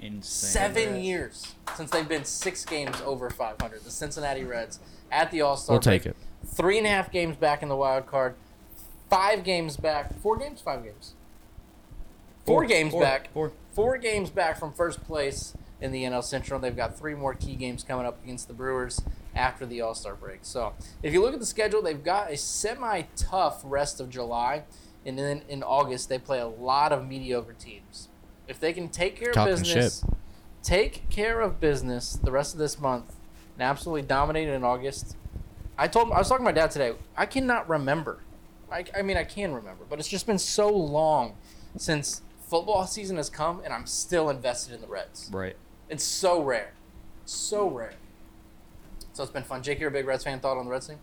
Insane.
Seven years since they've been six games over 500. The Cincinnati Reds at the All Star.
We'll take it.
Three and a half games back in the wild card. Five games back. Four games. Five games. Four, games back.
Four.
Four games back from first place in the NL Central. and They've got three more key games coming up against the Brewers after the All Star break. So if you look at the schedule, they've got a semi tough rest of July, and then in August they play a lot of mediocre teams. If they can take care
Talking
of business, take care of business the rest of this month, and absolutely dominate it in August. I told I was talking to my dad today. I cannot remember. I, I mean, I can remember, but it's just been so long since football season has come, and I'm still invested in the Reds.
Right.
It's so rare, so rare. So it's been fun. Jake, you're a big Reds fan. Thought on the Reds team?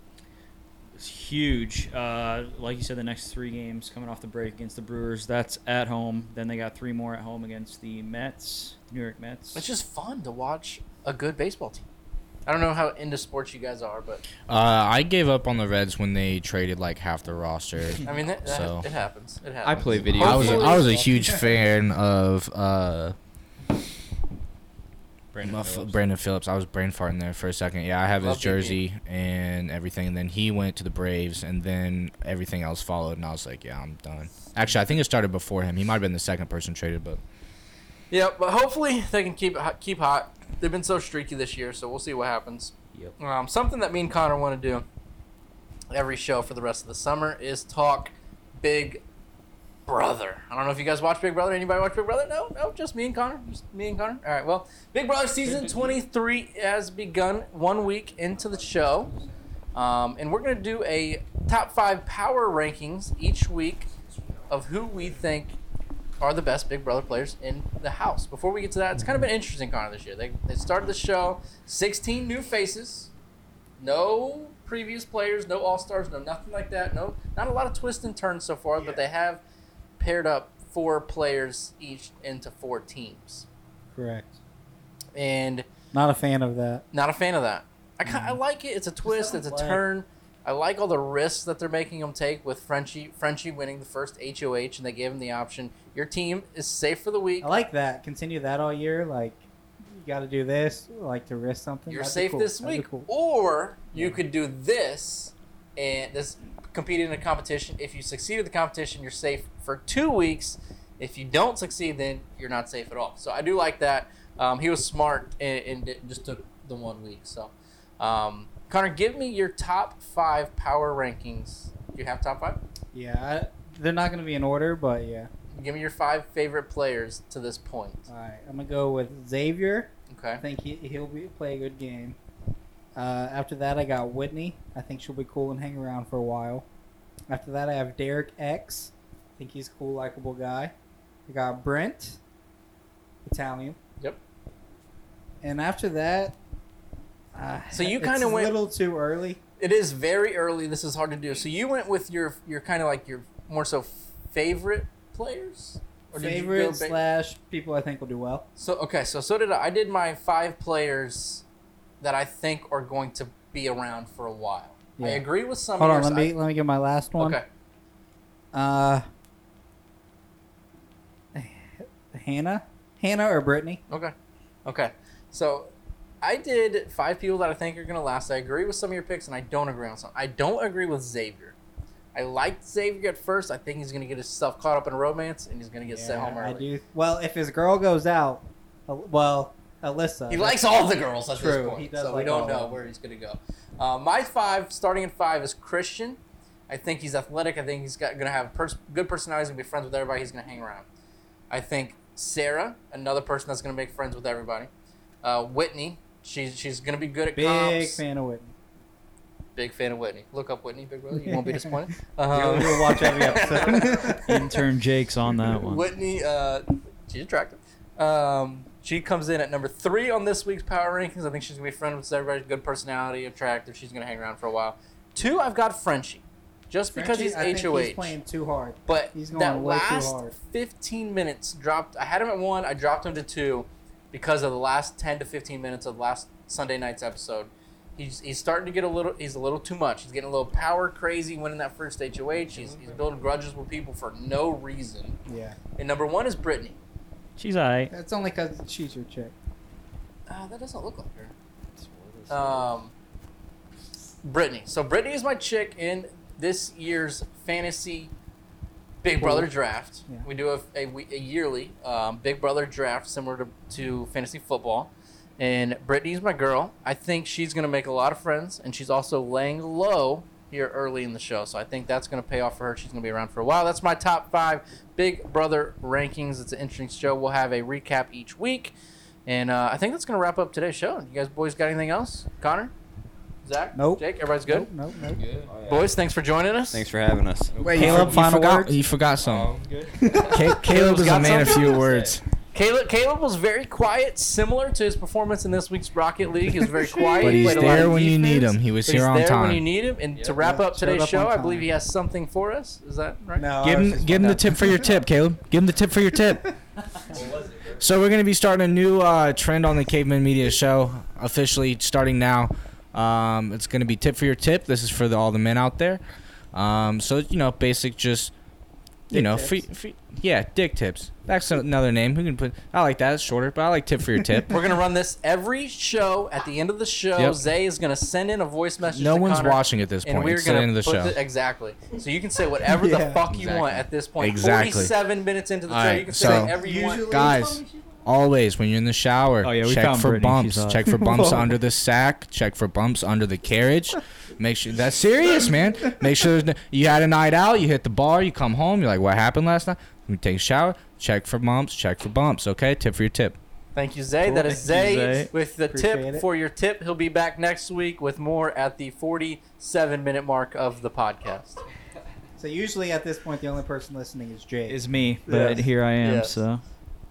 It's huge. Uh, like you said, the next three games coming off the break against the Brewers. That's at home. Then they got three more at home against the Mets, the New York Mets.
It's just fun to watch a good baseball team. I don't know how into sports you guys are, but
Uh, I gave up on the Reds when they traded like half the roster.
I mean, that, that-
So-
it happens. It happens.
I play video.
I was a,
games.
I was a huge fan of uh,
Brandon
my f-
Phillips.
Brandon Phillips. I was brain farting there for a second. Yeah, I have his
Love BP.
jersey and everything. And then he went to the Braves, and then everything else followed. And I was like, yeah, I'm done. Actually, I think it started before him. He might have been the second person traded, but
Yeah, but hopefully they can keep it hot, keep hot. They've been so streaky this year, so we'll see what happens.
Yep.
Um, something that me and Connor want to do every show for the rest of the summer is talk Big Brother. I don't know if you guys watch Big Brother. Anybody watch Big Brother? No, no, just me and Connor. Just me and Connor. All right. Well, Big Brother season 23 has begun. One week into the show, um, and we're gonna do a top five power rankings each week of who we think are the best Big Brother players in the house. Before we get to that, it's kind of been interesting, Connor, this year. They, they started the show, 16 new faces, no previous players, no All Stars, no nothing like that. No, not a lot of twists and turns so far, but they have paired up four players each into four teams,
Correct.
and
Not a fan of that.
not a fan of that. I, ki- I like it. It's a twist. It's a
doesn't play.
turn. I like all the risks that they're making them take with Frenchie. Frenchie winning the first HOH, and they gave him the option: your team is safe for the week.
I like that. Continue that all year. Like, you got to do this. Like to risk something.
You're
That'd be
safe
cool.
this
That'd be
week,
cool.
or you could do this and this compete in a competition. If you succeed at the competition, you're safe for two weeks. If you don't succeed, then you're not safe at all. So I do like that. Um, he was smart and, and it just took the one week. So, um, Connor, give me your top five power rankings. Do you have top five?
Yeah, I, they're not going to be in order, but yeah.
Give me your five favorite players to this point.
All right, I'm gonna go with Xavier. I
Okay.
think he he'll be play a good game. Uh, after that, I got Whitney. I think she'll be cool and hang around for a while. After that, I have Derek X. I think he's a cool, likable guy. I got Brent, Italian.
Yep.
And after that, uh,
So you
it's
kinda went-
a little too early.
It is very early. This is hard to do. So you went with your your kind of like your more so favorite players. did you go
Favorite
ba-
slash people I think will do well.
so okay. So so did I. I did my five players that I think are going to be around for a while. I
Yeah.
agree with some.
Hold
of
on,
yours.
let me let me get my last
I,
one.
okay.
Uh, Hannah, Hannah or Brittany?
Okay. Okay. So I did five people that I think are going to last. I agree with some of your picks, and I don't agree on some. I don't agree with Xavier. I liked Xavier at first. I think he's going to get himself caught up in romance, and he's going to get sent home
I
early.
do. Well, if his girl goes out, uh, well, Alyssa.
He likes all the girls at
True,
this point,
he does
so we
like
don't
all
know
of them.
where he's going to go. Uh, my five, starting at five, is Christian. I think he's athletic. I think he's got going to have pers- good personality. He's going to be friends with everybody. He's going to hang around. I think Sarah, another person that's going to make friends with everybody. Uh, Whitney, she's she's going to be good at
Big
comps.
fan of Whitney.
Big fan of Whitney. Look up Whitney, big brother. You won't be disappointed.
You'll, you'll watch every episode.
Intern Jake's on that one.
Whitney, uh, she's attractive. Um, she comes in at number three on this week's power rankings. I think she's gonna be friends with everybody. Good personality, attractive. She's gonna hang around for a while. Two, I've got Frenchie, just because
Frenchie, I think
he's HOH.
he's playing too hard.
But
He's going
that
way too
last
hard.
15 minutes dropped. I had him at one. I dropped him to two because of the last 10 to 15 minutes of last Sunday night's episode. He's, he's starting to get a little. He's a little too much. He's getting a little power crazy. Winning that first HOH. He's,
Mm-hmm.
he's building grudges with people for no reason.
Yeah,
And number one is Brittany.
She's alright.
that's only because she's your chick.
Uh, that doesn't look like her. Um, Brittany. So Brittany is my chick in this year's fantasy Big
cool.
Brother draft.
Yeah.
We do a, a, we- a yearly um, Big Brother draft similar to, to fantasy football. And Brittany's my girl. I think she's going to make a lot of friends, and she's also laying low here early in the show. So I think that's going to pay off for her. She's going to be around for a while. That's my top five Big Brother rankings. It's an interesting show. We'll have a recap each week. And uh, I think that's going to wrap up today's show. You guys, boys, got anything else? Connor? Zach?
Nope.
Jake? Everybody's good?
Nope, nope, nope.
Good.
Boys, thanks for joining us.
Thanks for having us.
Wait,
you Caleb, for- you final
forgot,
forgot- words?
You forgot some.
Um, good.
Ca- Caleb
Caleb's
is a
got
man of
something?
few words.
Caleb, Caleb was very quiet, similar to his performance in this week's Rocket League. He was very quiet.
But
he
he's
played a lot
there
of
when you
defense,
need him. He was
but
here
he's
on
there when you
time.
need him. And to
Yep.
wrap
Yeah,
up today's
showed up
show,
on
I
time.
believe he has something for us. Is that right?
No,
Give
I was
him,
just
give him the
wondering.
tip for your tip, Caleb. Give him the tip for your tip. so we're gonna be starting a new uh, trend on the Caveman Media Show officially starting now. Um, it's gonna be tip for your tip. This is for the, all the men out there. Um, so you know, basic, just you
Dick
know,
tips.
free, free, yeah, dick tips. That's another name. We can put. I like that. It's shorter, but I like tip for your tip.
We're gonna run this every show. At the end of the show,
Yep.
Zay is gonna send in a voice message.
no
to
one's
Connor,
watching at this
And
point.
we're
It's the
gonna
end of the
put
show.
the- exactly. So you can say whatever the
Yeah.
fuck you
Exactly.
want at this point.
Exactly.
Forty-seven minutes into the
All
show,
right,
you can say
so-
whatever you want.
Usually-
Guys, always when you're in the shower,
Oh, yeah, we
check
found
for
Brittany.
bumps.
She's hot.
Check for bumps under the sack. Check for bumps under the carriage. Make sure that's serious, man. Make sure there's no, you had a night out. You hit the bar. You come home. You're like, what happened last night? Let me take a shower. Check for bumps. Check for bumps. Okay, tip for your tip.
Thank you, Zay.
Cool.
That is
Thank
Zay,
you, Zay.
with the tip
Appreciate it.
for your tip. He'll be back next week with more at the 47 minute mark of the podcast.
So usually at this point, the only person listening is Jake.
It's me, but
Yes.
here I am.
Yes.
So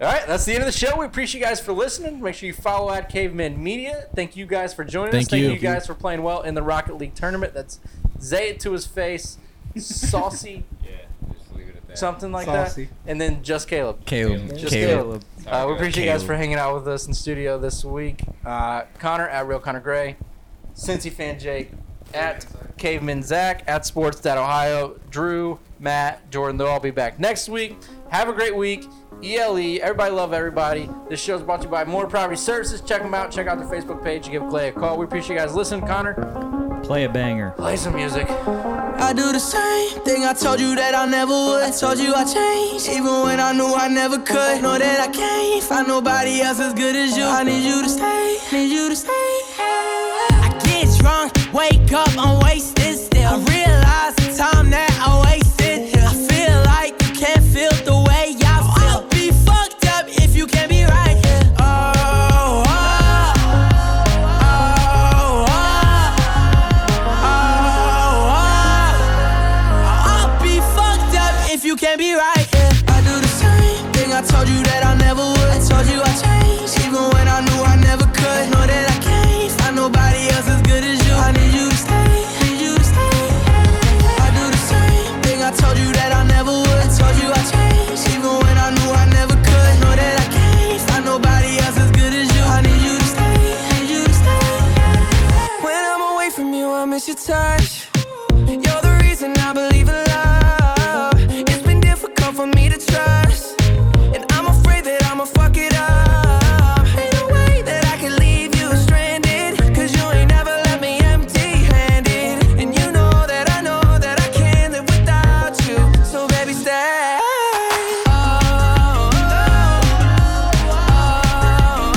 All right, that's the end of the show. We appreciate you guys for listening. Make sure you follow at Caveman Media. Thank you guys for joining us.
Thank
Thank
you.
you. guys for playing well in the Rocket League tournament. That's Zay it to his face, saucy,
Yeah, just leave it at that.
something like
Saucy.
that, and then just Caleb.
Caleb.
Just
Caleb.
Caleb.
Sorry,
Uh, we
guys.
appreciate you guys for hanging out with us in studio this week. Uh, Connor at Real Connor Gray, Cincy Fan Jake at Caveman Zach at Sports Dad Ohio, Drew, Matt, Jordan. They'll all be back next week. Have a great week. ELE, everybody love everybody. This show is brought to you by More Property Services. Check them out. Check out their Facebook page. Give Clay a call. We appreciate you guys listening. Connor,
play a banger.
play some music.
I do the same thing I told you that I never would. I told you I changed, even when I knew I never could. Know that I can't find nobody else as good as you. I need you to stay, need you to stay. I get drunk, wake up, I'm wasted still. I realize the time that I wasted. I feel like you can't feel the way I feel. I'll be fucked up if you can't be right here. Oh, oh, oh, oh. Oh, oh. I'll be fucked up if you can't be right. Yeah. I do the same thing I told you that I never would. I told you I changed, even when I knew I never could. Know that I can't find nobody else as good as you. I need you to stay, need you to stay. I do the same thing I told you that I never would. I told you I changed, even when I knew I never could. Know that I can't find nobody else as good as you. I need you to stay, need you to stay. When I'm away from you, I miss your touch. You're the reason I believe in love. It's been difficult for me to trust. And I'm afraid that I'ma fuck it up. Ain't no way that I can leave you stranded. Cause you ain't never left me empty handed. And you know that I know that I can't live without you. So baby, stay. Oh, oh, oh, oh.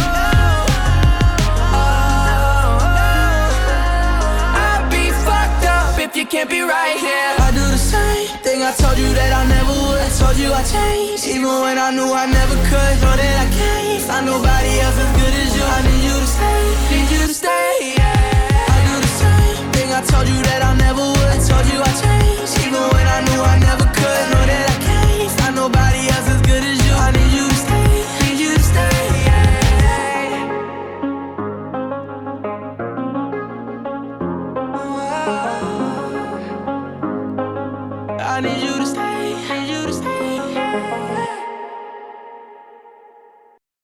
I'll be fucked up if you can't be right here. I do the same thing I told you that I never would. I told you I changed, even when I knew I never could. Know that I can't find nobody else as good as you. I need you to stay, need you to stay. Yeah. I do the same thing I told you that I never would. I told you I changed, even when I knew I never could. Know that I can't find nobody else as good as you. I need you to stay, need you to stay. Yeah. I need you to stay.